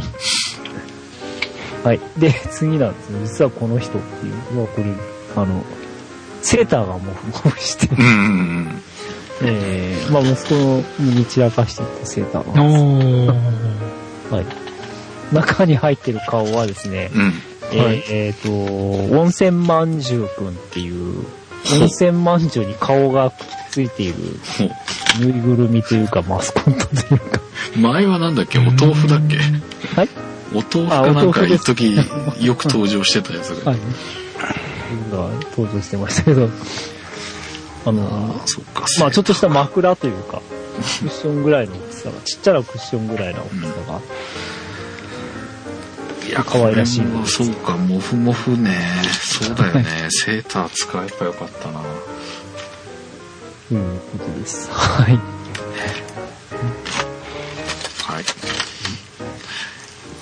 Speaker 1: はい。で、次なんですよ。実はこの人っていうのは、これ、あの、セーターがもふもふして、
Speaker 2: うん、うん、うん。
Speaker 1: え [laughs] ー、まあ息子に散らかしていったセーターが、
Speaker 5: おー。
Speaker 1: [laughs] はい。中に入ってる顔はですね、
Speaker 2: うん、
Speaker 1: えーえーと、温泉まんじゅうくんっていう、温泉まんじゅうに顔がくっついている
Speaker 2: ほ
Speaker 1: ぬいぐるみというかマスコットというか、
Speaker 2: う前はなんだっけお豆腐だっけ
Speaker 1: はい。
Speaker 2: お豆腐かなんか一時よく登場してたやつが。
Speaker 1: はい。が登場してましたけど、あの、
Speaker 2: そっか。
Speaker 1: まあちょっとした枕というか、クッションぐらいの大きさが、ちっちゃなクッションぐらいの大きさが、
Speaker 2: いや
Speaker 1: 可愛らしい
Speaker 2: これもそうか、もふもふね。そうだよね。セーター使えばよかったな。
Speaker 1: ということです。はい。
Speaker 2: はい。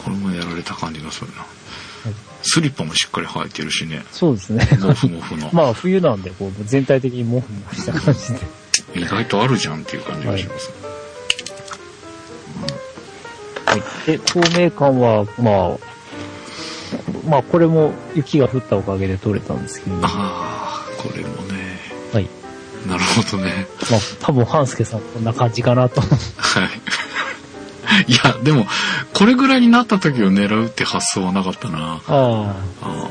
Speaker 2: これもやられた感じがするな。スリッパもしっかり履いてるし
Speaker 1: [laughs]
Speaker 2: ね。
Speaker 1: そうですね。
Speaker 2: モフモフの。
Speaker 1: まあ冬なんで、こう全体的にモフモフした感じで。
Speaker 2: 意外とあるじゃんっていう感じがします。
Speaker 1: はい。で、透明感は、まあ、まあこれも雪が降ったおかげで取れたんですけど、は
Speaker 2: ああ、これもね。
Speaker 1: い。
Speaker 2: なるほどね。
Speaker 1: まあ多分半助さんこんな感じかなと思って
Speaker 2: はい。いや、でも、これぐらいになった時を狙うって発想はなかったな。
Speaker 1: ああ。
Speaker 2: ああ、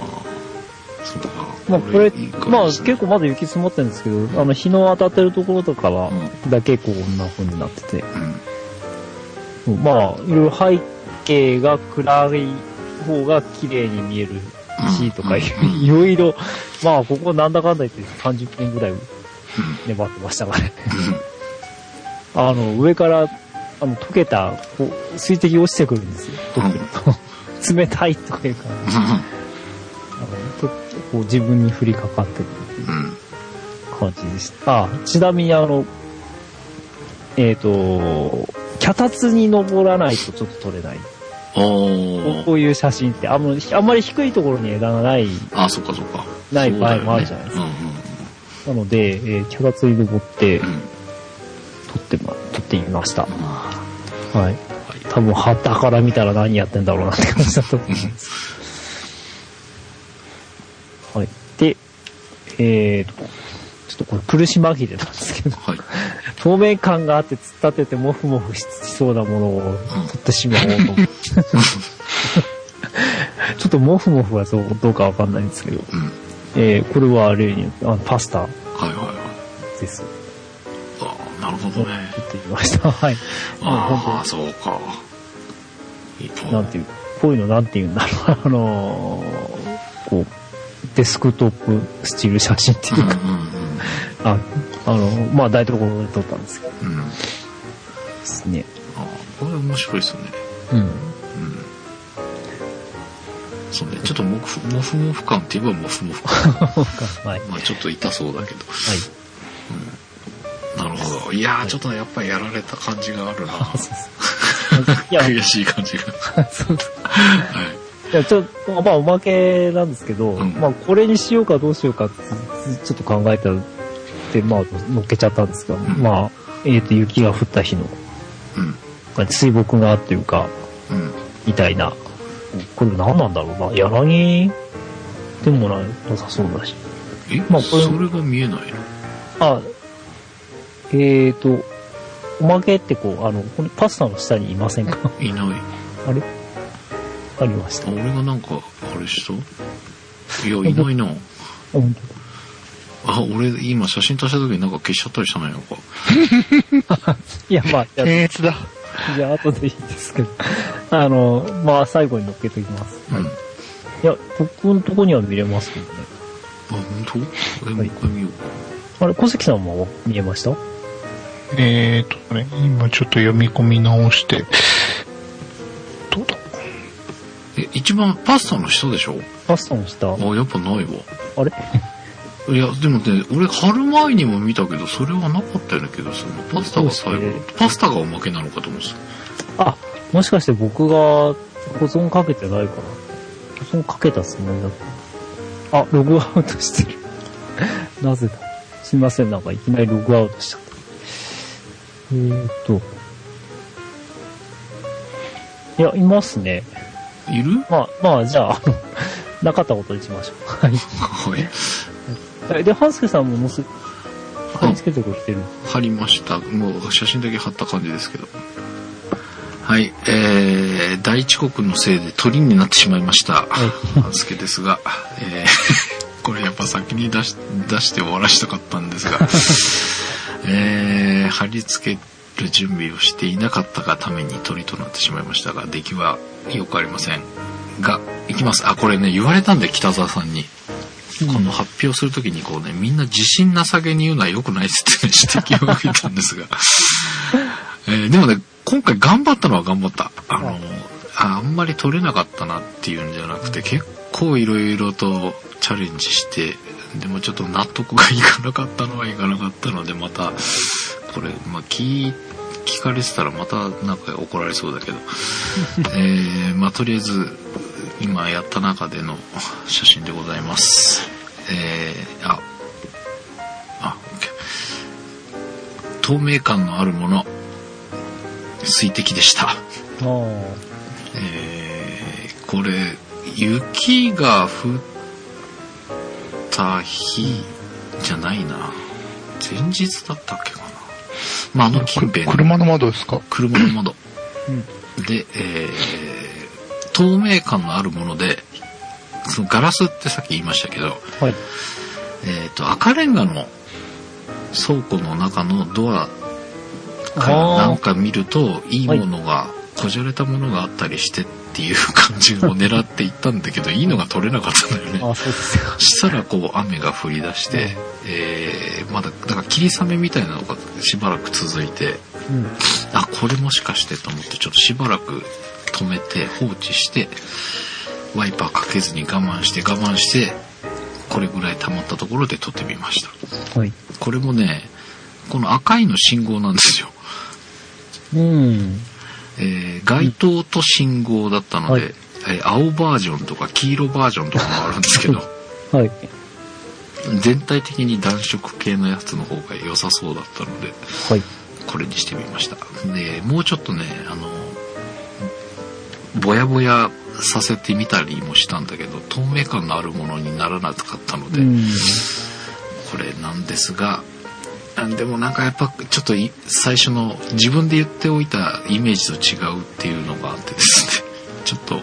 Speaker 2: そうか。
Speaker 1: まあ、これ
Speaker 2: いい、感じ
Speaker 1: まあ、
Speaker 2: ですね
Speaker 1: 結構まだ雪積もってるんですけど、あの、日の当たってるところとかは、だけこう、こんな風になってて、
Speaker 2: うん。
Speaker 1: まあ、いろいろ背景が暗い方が綺麗に見えるし、とか、い
Speaker 2: うんうん
Speaker 1: ろいろ、まあ、ここなんだかんだ言って30分ぐらい粘ってましたからね。あの、上から、あの、溶けた、こう、水滴落ちてくるんですよ。
Speaker 2: うん
Speaker 1: 冷たいとかいうか、
Speaker 2: うん
Speaker 1: ちょっとこう自分に降りかかってくるっていう
Speaker 2: うん。
Speaker 1: 感じでした。あ、ちなみにあの、えっ、と、脚立に登らないとちょっと撮れない。こうこ
Speaker 2: おー。
Speaker 1: ういう写真ってあんまり、あんまり低いところに枝がない、
Speaker 2: あそっかそっか。
Speaker 1: ない場合
Speaker 2: そうだよね
Speaker 1: もあるじゃないです
Speaker 2: うん
Speaker 1: か。なので、えー脚立に登って
Speaker 2: う、ん。うん。
Speaker 1: 撮ってま、撮ってみました。
Speaker 2: ま
Speaker 1: はい。
Speaker 2: あはい
Speaker 1: 多分、はたから見たら何やってんだろうなって感じだと思います。はい。で、えーと、ちょっとこれ苦し紛れなんですけど、 [laughs]
Speaker 2: はい。
Speaker 1: 透明感があって突っ立ててもふもふしそうなものを取ってしまおう
Speaker 2: [laughs]
Speaker 1: と思って。ちょっともふもふはどうどうかわかんないんですけど、
Speaker 2: うん。
Speaker 1: えーこれは例によってあのパスタ
Speaker 2: はいはいはい。
Speaker 1: です。
Speaker 2: ああ、なるほ
Speaker 1: 取
Speaker 2: どね。
Speaker 1: ってみました。 [laughs] はい。
Speaker 2: ああ、そうか。一本。
Speaker 1: なんていう、こういうのなんていうんだろう、あ [laughs] のーこう、デスクトップスチール写真っていううんか、ああの、まあ台所で撮ったんですけど
Speaker 2: うんうん。うん。
Speaker 1: ですね。
Speaker 2: ああ、これ面白いですよね。
Speaker 1: うん。
Speaker 2: うん。そうね。ちょっともふ、もふもふ感って言えばもふもふ感。
Speaker 1: [laughs] はい。はい。
Speaker 2: まあちょっと痛そうだけど。なるほど。いやー、ちょっとやっぱりやられた感じがあるな。
Speaker 1: そうそういや、い
Speaker 2: 悔しい感じが。
Speaker 1: やそう
Speaker 2: はい。
Speaker 1: いやちょっと、まあおまけなんですけど、
Speaker 2: うん
Speaker 1: まあこれにしようかどうしようかって、ちょっと考えたで、まあ乗っけちゃったんですが、
Speaker 2: ん
Speaker 1: まあ、えっ、と、雪が降った日の、
Speaker 2: うん。
Speaker 1: 水墨画というか、
Speaker 2: うん。
Speaker 1: みたいな。これ何なんだろうな。柳でもななさそうだし。
Speaker 2: え、
Speaker 1: まあこれ
Speaker 2: それが見えないの
Speaker 1: あ、えーと、おまけってこう、あの、このパスタの下にいませんか
Speaker 2: いない。
Speaker 1: あれありまし
Speaker 2: あ
Speaker 1: た。
Speaker 2: 俺がなんか、あれしたいや、いないな。
Speaker 1: うん
Speaker 2: あ、俺、今写真足した時になんか消しちゃったりしたないのか。
Speaker 1: いや、まあ、じゃ
Speaker 3: 僭越だ。
Speaker 1: あ、じゃあ後でいいですけど。あの、まあ、最後に乗っけときます。
Speaker 2: うん。あ、
Speaker 1: いや、僕のとこには見れますけどね。
Speaker 2: 本当？え、もう
Speaker 1: はい
Speaker 2: 一回見ようか。
Speaker 1: あれ、小関さんも見えました
Speaker 5: えーっとね、今ちょっと読み込み直して、どうだ
Speaker 2: え、一番パスタの下でしょ
Speaker 1: パスタの下。あ
Speaker 2: あ、やっぱないわ。
Speaker 1: れ
Speaker 2: いや、でもね、俺、春前にも見たけど、それはなかったような気がするな。パスタが最
Speaker 1: そう
Speaker 2: 後
Speaker 1: ですね、
Speaker 2: パスタがおまけなのかと思ってた。
Speaker 1: あ、もしかして僕が保存かけてないかな。保存かけたつもりだった。あ、ログアウトしてる。 [laughs] なぜだ。すいません、なんかいきなりログアウトしちゃった。えーっと。いや、いますね。[laughs]
Speaker 2: いる
Speaker 1: まあ、まあ、じゃあ、あの、なかったことにしましょう。 [laughs] は
Speaker 2: はい。
Speaker 1: い。で、半助さんも載せ、貼り付けてくれてる。
Speaker 2: 貼りました。もう写真だけ貼った感じですけど。はい、えー、大遅刻のせいで鳥になってしまいました。半助ですが、えー、 [laughs] これやっぱ先に出し出して終わらしたかったんですが、えー、貼り付ける準備をしていなかったがために鳥となってしまいましたが、出来はよくありません。が、いきます。あ、これね、言われたんで、北沢さんに。この発表するときにこうね、みんな自信なさげに言うのは良くないっすってね指摘を受けたんです [laughs] が。えーでもね、今回頑張ったのは頑張った。あの、ああんまり取れなかったなっていうんじゃなくて、結構いろいろとチャレンジして、でもちょっと納得がいかなかったのはいかなかったので、また、これ、まあ、聞、聞かれてたらまたなんか怒られそうだけど、えー、まあ、とりあえず、今やった中での写真でございます。えー、あ、あ、OK 透明感のあるもの、水滴でした。
Speaker 1: あー
Speaker 2: えーこれ雪が降った日じゃないな前日だったっけかなまああの近辺の
Speaker 3: 車の窓ですか
Speaker 2: 車の窓、
Speaker 1: うん
Speaker 2: で、えー透明感のあるものでそのガラスってさっき言いましたけど、
Speaker 1: はい。
Speaker 2: えっと赤レンガの倉庫の中のドアからなんか見るといいものが、こじゃれたものがあったりしてっていう感じを狙っていったんだ
Speaker 1: [laughs]
Speaker 2: けどいいのが取れなかったんだよね
Speaker 1: あ、そうですか。
Speaker 2: したらこう雨が降り出して、えーまだだから霧雨みたいなのがしばらく続いて
Speaker 1: うん。
Speaker 2: あこれもしかしてと思ってちょっとしばらく止めて放置してワイパーかけずに我慢して我慢して、これぐらい溜まったところで撮ってみました。
Speaker 1: はい。
Speaker 2: これもね、この赤いの信号なんですよ。
Speaker 1: うん。
Speaker 2: えー街灯と信号だったので、
Speaker 1: はい
Speaker 2: えー青バージョンとか黄色バージョンとかもあるんですけど、
Speaker 1: はい。
Speaker 2: 全体的に暖色系のやつの方が良さそうだったので、
Speaker 1: はい。
Speaker 2: これにしてみました。で、もうちょっとね、あの、ぼやぼやさせてみたりもしたんだけど、透明感のあるものにならなかったので、
Speaker 1: うん。
Speaker 2: これなんですが、あでもなんかやっぱちょっとい最初の自分で言っておいたイメージと違うっていうのがあってですね、 [laughs] ちょっと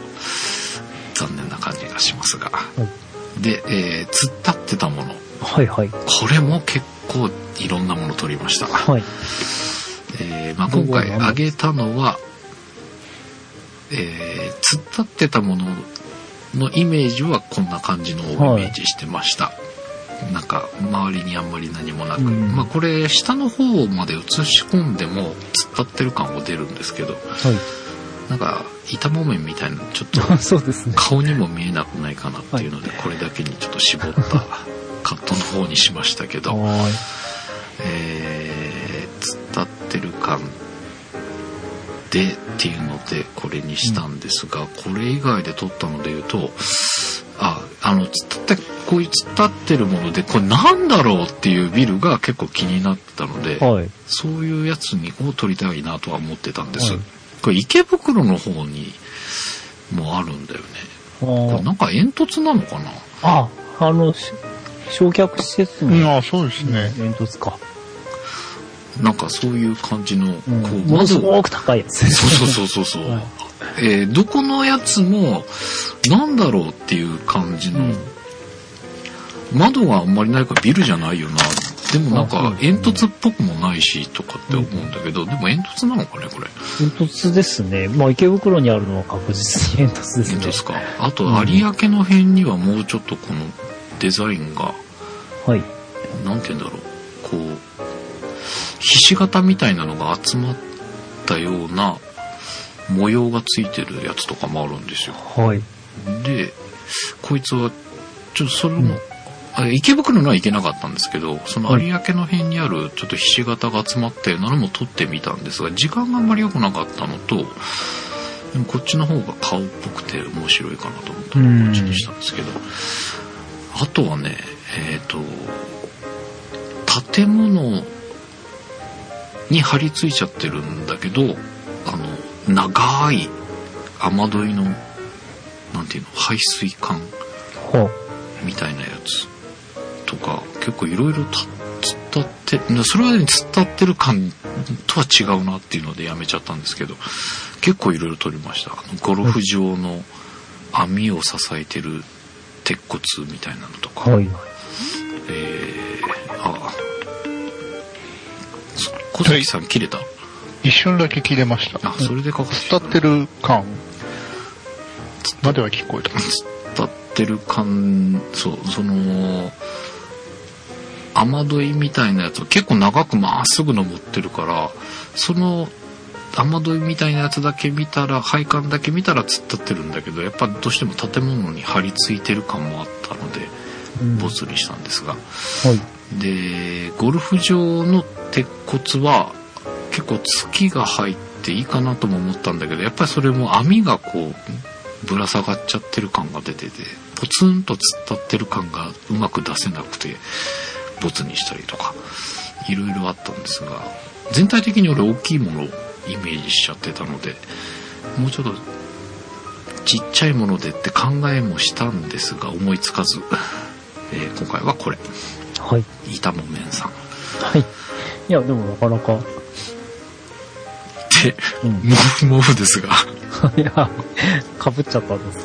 Speaker 2: 残念な感じがしますが。で、えー、突っ立ってたもの。
Speaker 1: はいはい。
Speaker 2: これも結構いろんなもの撮りました。
Speaker 1: はい。
Speaker 2: えーまあ、今回挙げたのは、えー、突っ立ってたもののイメージはこんな感じのをイメージしてました、なんか周りにあんまり何もなく、
Speaker 1: うん
Speaker 2: まあ、これ下の方まで映し込んでも突っ立ってる感は出るんですけど
Speaker 1: は
Speaker 2: なんか板木綿みたいなちょっと [laughs]
Speaker 1: い。 [laughs] そうですね。
Speaker 2: 顔にも見えなくないかなっていうので、これだけにちょっと絞ったカットの方にしましたけど
Speaker 1: は
Speaker 2: えー、伝ってる感でっていうのでこれにしたんですが、これ以外で撮ったので言うとああの伝ってこういう伝ってるものでこれなんだろうっていうビルが結構気になってたので、
Speaker 1: い。はい。
Speaker 2: そういうやつにを撮りたいなとは思ってたんです、
Speaker 1: はい
Speaker 2: これ池袋の方にもあるんだよねこれ
Speaker 1: あ
Speaker 2: なんか煙突なのかな
Speaker 1: あ、あの、し焼却施設
Speaker 5: うん、
Speaker 1: の
Speaker 5: ああそうですね。
Speaker 1: 煙突か。
Speaker 2: なんかそういう感じの、こ
Speaker 1: うん
Speaker 2: う
Speaker 1: もの
Speaker 2: 窓
Speaker 1: す
Speaker 2: を
Speaker 1: ごく高いやつ。
Speaker 2: そうそうそうそうそう。
Speaker 1: はい
Speaker 2: えーどこのやつも、なんだろうっていう感じの、
Speaker 1: うん
Speaker 2: 窓があんまりないからビルじゃないよな。でもなん
Speaker 1: あそう
Speaker 2: か
Speaker 1: ですね
Speaker 2: 煙突っぽくもないしとかって思うんだけど、でも煙突なのかね、これ。
Speaker 1: 煙突ですね。まあ池袋にあるのは確実に煙突です
Speaker 2: 煙
Speaker 1: ね。
Speaker 2: 突か。あと、
Speaker 1: うん
Speaker 2: 有明の辺にはもうちょっとこのデザインが、
Speaker 1: はい。
Speaker 2: なんて言うんだろう。こう、ひし形みたいなのが集まったような模様がついてるやつとかもあるんですよ。
Speaker 1: はい。
Speaker 2: で、こいつは、ちょっとそれも、あ池袋のは行けなかったんですけど、その有明の辺にあるちょっとひし形が集まったようなのも撮ってみたんですが、時間があんまり良くなかったのと、でもこっちの方が顔っぽくて面白いかなと思ったので、こっちにしたんですけど、あとはね、えっ、と、建物に張り付いちゃってるんだけど、あの、長い雨どいの、なんていうの、排水管
Speaker 1: は
Speaker 2: みたいなやつとか、結構いろいろた突っ立って、なそれはね突っ立ってる感とは違うなっていうのでやめちゃったんですけど、結構いろいろ撮りました。あのゴルフ場の網を支えてる鉄骨みたいなのとか、
Speaker 1: あ、はい。
Speaker 2: えー、あ、そ小崎さん切れた、
Speaker 3: 一瞬だけ切れました。
Speaker 2: あ、それでかかって
Speaker 3: 伝ってる感までは聞こえた。
Speaker 2: 立ってる感そうその雨どいみたいなやつを結構長くまっすぐ登ってるからその雨どいみたいなやつだけ見たら配管だけ見たら突っ立ってるんだけどやっぱどうしても建物に張り付いてる感もあったので
Speaker 1: うん
Speaker 2: ボツにしたんですが、
Speaker 1: はい。
Speaker 2: でゴルフ場の鉄骨は結構月が入っていいかなとも思ったんだけどやっぱりそれも網がこうぶら下がっちゃってる感が出ててポツンと突っ立ってる感がうまく出せなくてボツにしたりとかいろいろあったんですが全体的に俺大きいものをイメージしちゃってたのでもうちょっとちっちゃいものでって考えもしたんですが思いつかず、えー今回はこれ。
Speaker 1: はい。
Speaker 2: 板もめんさん。
Speaker 1: はい。いや、でもなかなか。 [laughs]
Speaker 2: で、
Speaker 1: うん。 [laughs]
Speaker 2: モフモフですが、
Speaker 1: いや、かぶっちゃったんですね。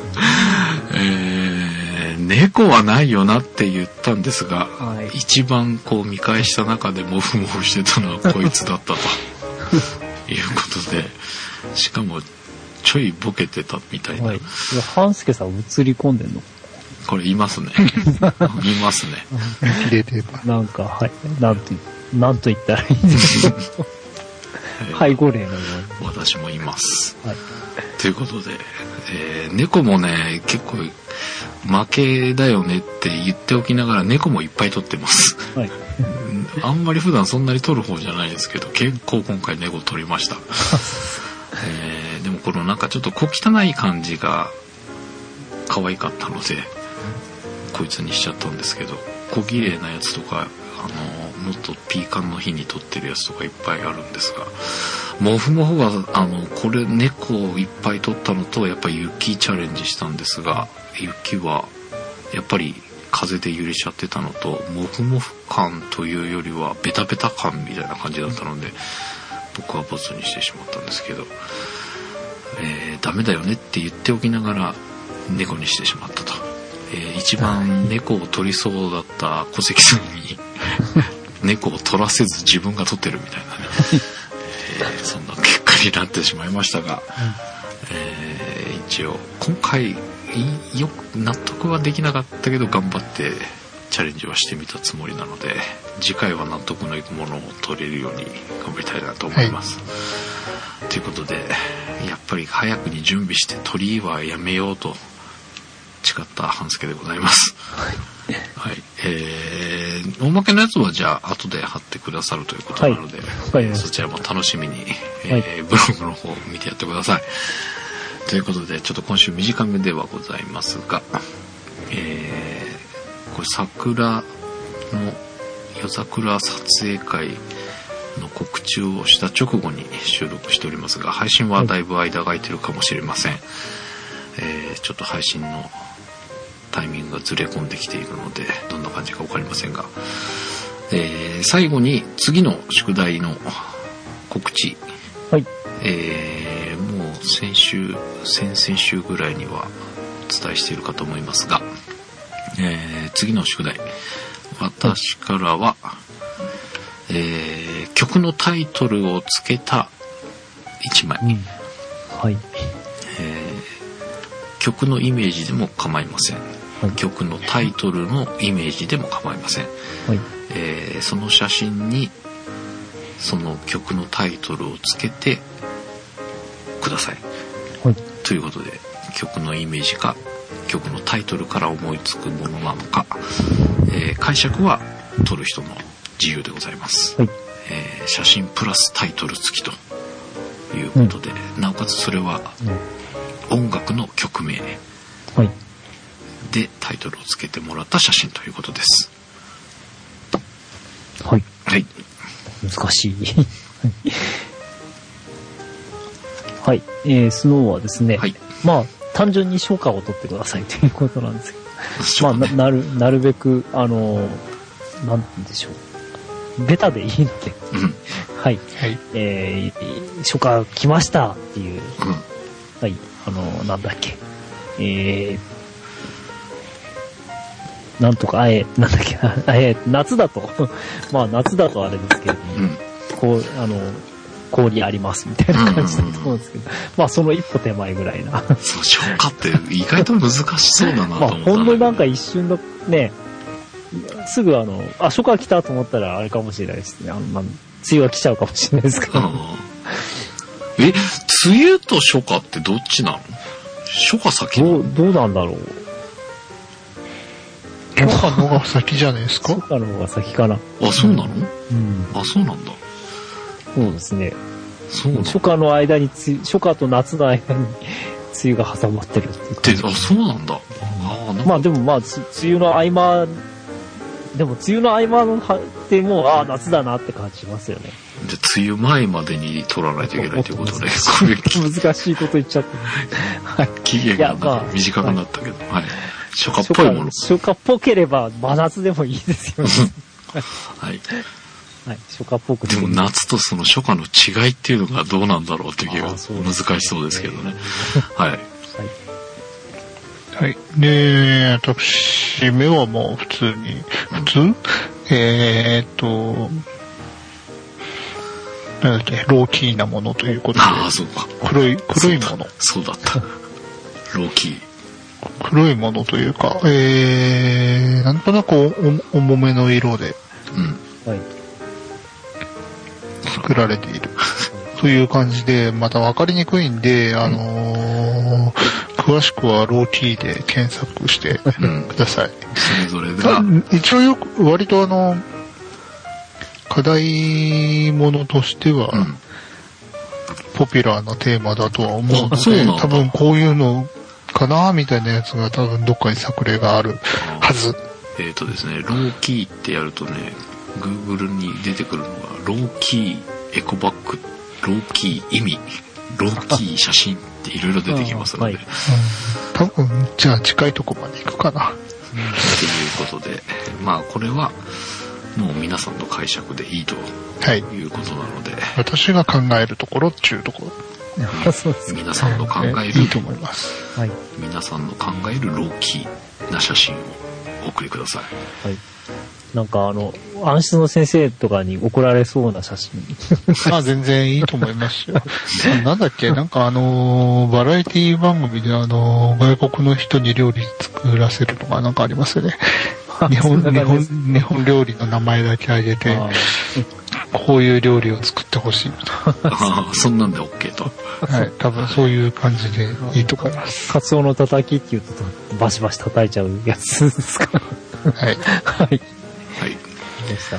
Speaker 2: えー、猫はないよなって言ったんですが、
Speaker 1: はい
Speaker 2: 一番こう見返した中でモフモフしてたのはこいつだ
Speaker 1: [laughs]
Speaker 2: ったと。いうことで、しかも、ちょいボケてたみたいな。
Speaker 1: はい。いや、半助さん映り込んでんの
Speaker 2: これいま
Speaker 1: [laughs]
Speaker 2: すね。いますね。
Speaker 3: 切れてば。
Speaker 1: なんか、はい。なんと、なんと言ったらいいんですか。背後霊のよう
Speaker 2: 私もいます。
Speaker 1: に。はい。
Speaker 2: ということで、ええー猫もね、結構、負けだよねって言っておきながら、猫もいっぱい撮ってます。
Speaker 1: はい。
Speaker 2: うん [laughs] あんまり普段そんなに撮る方じゃないですけど、結構今回猫撮り
Speaker 1: [laughs]
Speaker 2: ました。えーでもこのなんかちょっと小汚い感じが可愛かったので、こいつにしちゃったんですけど、小綺麗なやつとか、あの、もっとピーカンの日に撮ってるやつとかいっぱいあるんですが、モフモフが、あの、これ猫をいっぱい撮ったのと、やっぱり雪チャレンジしたんですが、雪は、やっぱり風で揺れちゃってたのと、モフモフ感というよりは、ベタベタ感みたいな感じだったので、僕はボツにしてしまったんですけど、えーダメだよねって言っておきながら、猫にしてしまったと。えー一番猫を撮りそうだった小関さんに、猫を撮らせず自分が撮ってるみたいなね。えーそんな結果になってしまいましたが、えー一応今回いよく納得はできなかったけど頑張ってチャレンジはしてみたつもりなので次回は納得のいくものを取れるように頑張りたいなと思います。ということでやっぱり早くに準備して鳥居はやめようと誓った半助でございます。はい、えー、おまけのやつはじゃあ後で貼ってくださるということなので、
Speaker 1: はいはい
Speaker 2: そちらも楽しみに、えー
Speaker 1: はい
Speaker 2: ブログの方を見てやってください。ということで、ちょっと今週短めではございますが、えー、これ桜の夜桜撮影会の告知をした直後に収録しておりますが、配信はだいぶ間が空いてるかもしれません。えー、ちょっと配信のタイミングがずれ込んできているので、どんな感じかわかりませんが、えー、最後に次の宿題の告知、
Speaker 1: はい。
Speaker 2: えー、もう先週、先々週ぐらいにはお伝えしているかと思いますが、えー、次の宿題、私からは、えー、曲のタイトルをつけた一枚、
Speaker 1: うん。はい。
Speaker 2: えー曲のイメージでも構いません、
Speaker 1: はい
Speaker 2: 曲のタイトルのイメージでも構いません、
Speaker 1: はい。
Speaker 2: えーその写真にその曲のタイトルをつけてください
Speaker 1: はい。
Speaker 2: ということで曲のイメージか曲のタイトルから思いつくものなのか、えー解釈は撮る人の自由でございます、
Speaker 1: はい。
Speaker 2: えー写真プラスタイトル付きということで、なおかつそれは音楽の曲名
Speaker 1: はい。
Speaker 2: でタイトルをつけてもらった写真ということです
Speaker 1: はい。
Speaker 2: はい
Speaker 1: 難しい。はい。えー、スノーはですね、
Speaker 2: はい
Speaker 1: まあ、単純に消化を取ってくださいということなんですけど、
Speaker 2: そ
Speaker 1: まあ、
Speaker 2: うね
Speaker 1: ななる、なるべく、あのー、なんて言うんでしょう。ベタでいいので、
Speaker 2: うんうん
Speaker 1: はい。
Speaker 5: はい。
Speaker 1: えー、初夏来ましたっていう、はい、あの、なんだっけ、えー、なんとか、あえ、なんだっけ、 [laughs] あえ、夏だと、 [laughs] まあ夏だとあれですけれども、
Speaker 2: うん
Speaker 1: こう、あの、氷ありますみたいな感じだと思うんですけど、まあその一歩手前ぐらいな。
Speaker 2: そう消化って意外と難しそう
Speaker 1: [laughs]
Speaker 2: だな
Speaker 1: ま
Speaker 2: と
Speaker 1: あ
Speaker 2: 思った
Speaker 1: ほんのなんか
Speaker 2: い
Speaker 1: 一瞬のね、すぐあの、あ、初夏来たと思ったらあれかもしれないですね。あの、まあ、梅雨は来ちゃうかもしれないですけど、
Speaker 2: え梅雨と初夏ってどっちなの初夏先なの
Speaker 1: どう、どうなんだろう。
Speaker 5: 許可のが先じゃないですか
Speaker 1: 初夏の方が先かな。
Speaker 2: あそうなの、
Speaker 1: うん。
Speaker 2: あそうなんだ
Speaker 1: そうですね。
Speaker 2: そうなんだ
Speaker 1: 初夏の間につ、初夏と夏の間に梅雨が挟まってるっていう
Speaker 2: で
Speaker 1: 感じ
Speaker 2: あそうなんだああなんか
Speaker 1: まあでもまあ、つ梅雨の合間、でも梅雨の合間のはってもう、ああ、夏だなって感じしますよね。
Speaker 2: で梅雨前までに取らないといけないということ
Speaker 1: [laughs] も
Speaker 2: で
Speaker 1: っ
Speaker 2: これ
Speaker 1: 難しいこと言っちゃって。はい。
Speaker 2: 期限
Speaker 1: いや
Speaker 2: が
Speaker 1: まあ
Speaker 2: 短くなったけど、はい。初夏っ
Speaker 1: 初
Speaker 2: ぽい
Speaker 1: 夏、
Speaker 2: もの。
Speaker 1: 初夏っぽければ真夏でもいいですよね。
Speaker 2: はい。
Speaker 1: はい。初夏っぽく
Speaker 2: で
Speaker 1: て
Speaker 2: も夏とその初夏の違いっていうのがどうなんだろうっていう気が
Speaker 1: あーそう
Speaker 2: 難
Speaker 1: ですね
Speaker 2: しそうですけどね。
Speaker 1: [laughs]
Speaker 2: はい。
Speaker 1: はい。
Speaker 5: はい。で、私目はもう普通に、普通えー、っと、なんだっけ、ローキーなものということで、
Speaker 2: ああ、そうか。
Speaker 5: 黒い、黒いもの。
Speaker 2: そうだった。ローキー。
Speaker 5: 黒いものというか、えー、なんとなくおお重めの色で
Speaker 2: うん。
Speaker 1: はい。
Speaker 5: 作られている。という感じで、また分かりにくいんで、あのー詳しくはローキーで検索して
Speaker 2: うん
Speaker 5: ください。
Speaker 2: それぞれ
Speaker 5: た
Speaker 2: が、
Speaker 5: 一応よく、割とあの、課題ものとしては、
Speaker 2: うん
Speaker 5: ポピュラーなテーマだとは思うの
Speaker 2: あそうな
Speaker 5: で
Speaker 2: んだ、
Speaker 5: 多分こういうのかなみたいなやつが多分どっかに作例があるはず。
Speaker 2: えっ、とですね、ローキーってやるとね、Google に出てくるのが、ローキーエコバッグ、ローキー意味、ローキー写真っていろいろ出てきます
Speaker 5: [laughs]
Speaker 2: ので、
Speaker 1: あはい
Speaker 5: 多分、じゃあ近いとこまで行くかな。
Speaker 2: ということで、まあこれは、もう皆さんの解釈でいいと
Speaker 5: はい。
Speaker 2: いうことなので、
Speaker 5: 私が考えるところっていうとこ
Speaker 1: [laughs]
Speaker 5: ろ。
Speaker 1: そうです
Speaker 2: 皆さんの考える
Speaker 5: いいと思います。
Speaker 1: はい。
Speaker 2: 皆さんの考えるローキーな写真をお送りくだ
Speaker 5: [laughs]
Speaker 2: さい。
Speaker 1: はい。なんかあの、暗室の先生とかに怒られそうな写真。
Speaker 5: まあ全然いいと思いますよ。 [laughs] なんだっけ、なんかあのーバラエティ番組であのー外国の人に料理作らせるとかなんかありま
Speaker 1: [laughs]
Speaker 5: すよね。日本、
Speaker 1: そん
Speaker 5: 日
Speaker 1: な感
Speaker 5: 本、
Speaker 1: じです
Speaker 5: 日本料理の名前だけあげて
Speaker 1: あ、
Speaker 5: こういう料理を作ってほしいみた
Speaker 2: ああ、そんなんで OK と。
Speaker 1: [laughs]
Speaker 5: いな。はい。多分そういう感じでいいと思います。
Speaker 1: ーカツオのたたきっていうと、バシバシ叩いちゃうやつですか。 [laughs]
Speaker 5: はい。
Speaker 1: はい。
Speaker 2: は
Speaker 1: で
Speaker 2: い。
Speaker 1: した。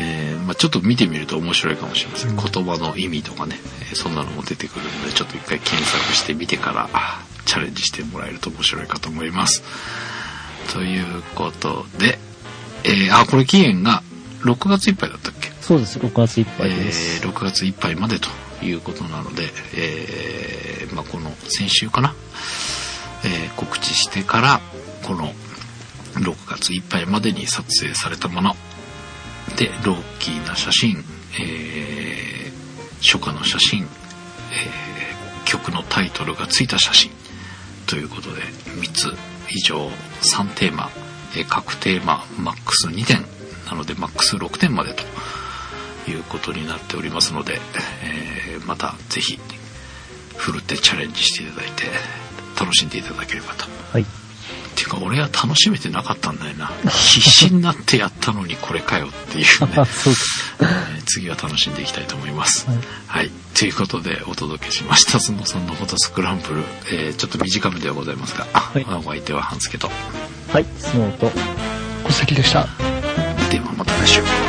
Speaker 2: えーまあちょっと見てみると面白いかもしれません。言葉の意味とかね、えーそんなのも出てくるので、ちょっと一回検索してみてからあチャレンジしてもらえると面白いかと思います。ということで、えーあ、これ期限が6月いっぱいだったっけ
Speaker 1: そうです、6月いっぱいです。
Speaker 2: えー6月いっぱいまでということなので、えーまあ、この先週かな、えー告知してからこの6月いっぱいまでに撮影されたものでローキーな写真、えー初夏の写真、えー曲のタイトルがついた写真ということで3つ以上3テーマ、えー各テーママックス2点なのでマックス6点までと。いうことになっておりますので、えーまたぜひふるってチャレンジしていただいて楽しんでいただければと。
Speaker 1: はい。
Speaker 2: っていうか俺は楽しめてなかったんだよな。必死になってやったのにこれかよっていうね
Speaker 1: あ、。そうです。
Speaker 2: えー次は楽しんでいきたいと思います。はい。ということでお届けしました。スノさんのフォトスクランブル。えーちょっと短めではございますが、
Speaker 1: い
Speaker 2: お相手は半助と。
Speaker 1: はい、スノーと。
Speaker 5: 小関でした。
Speaker 2: ではまた来週。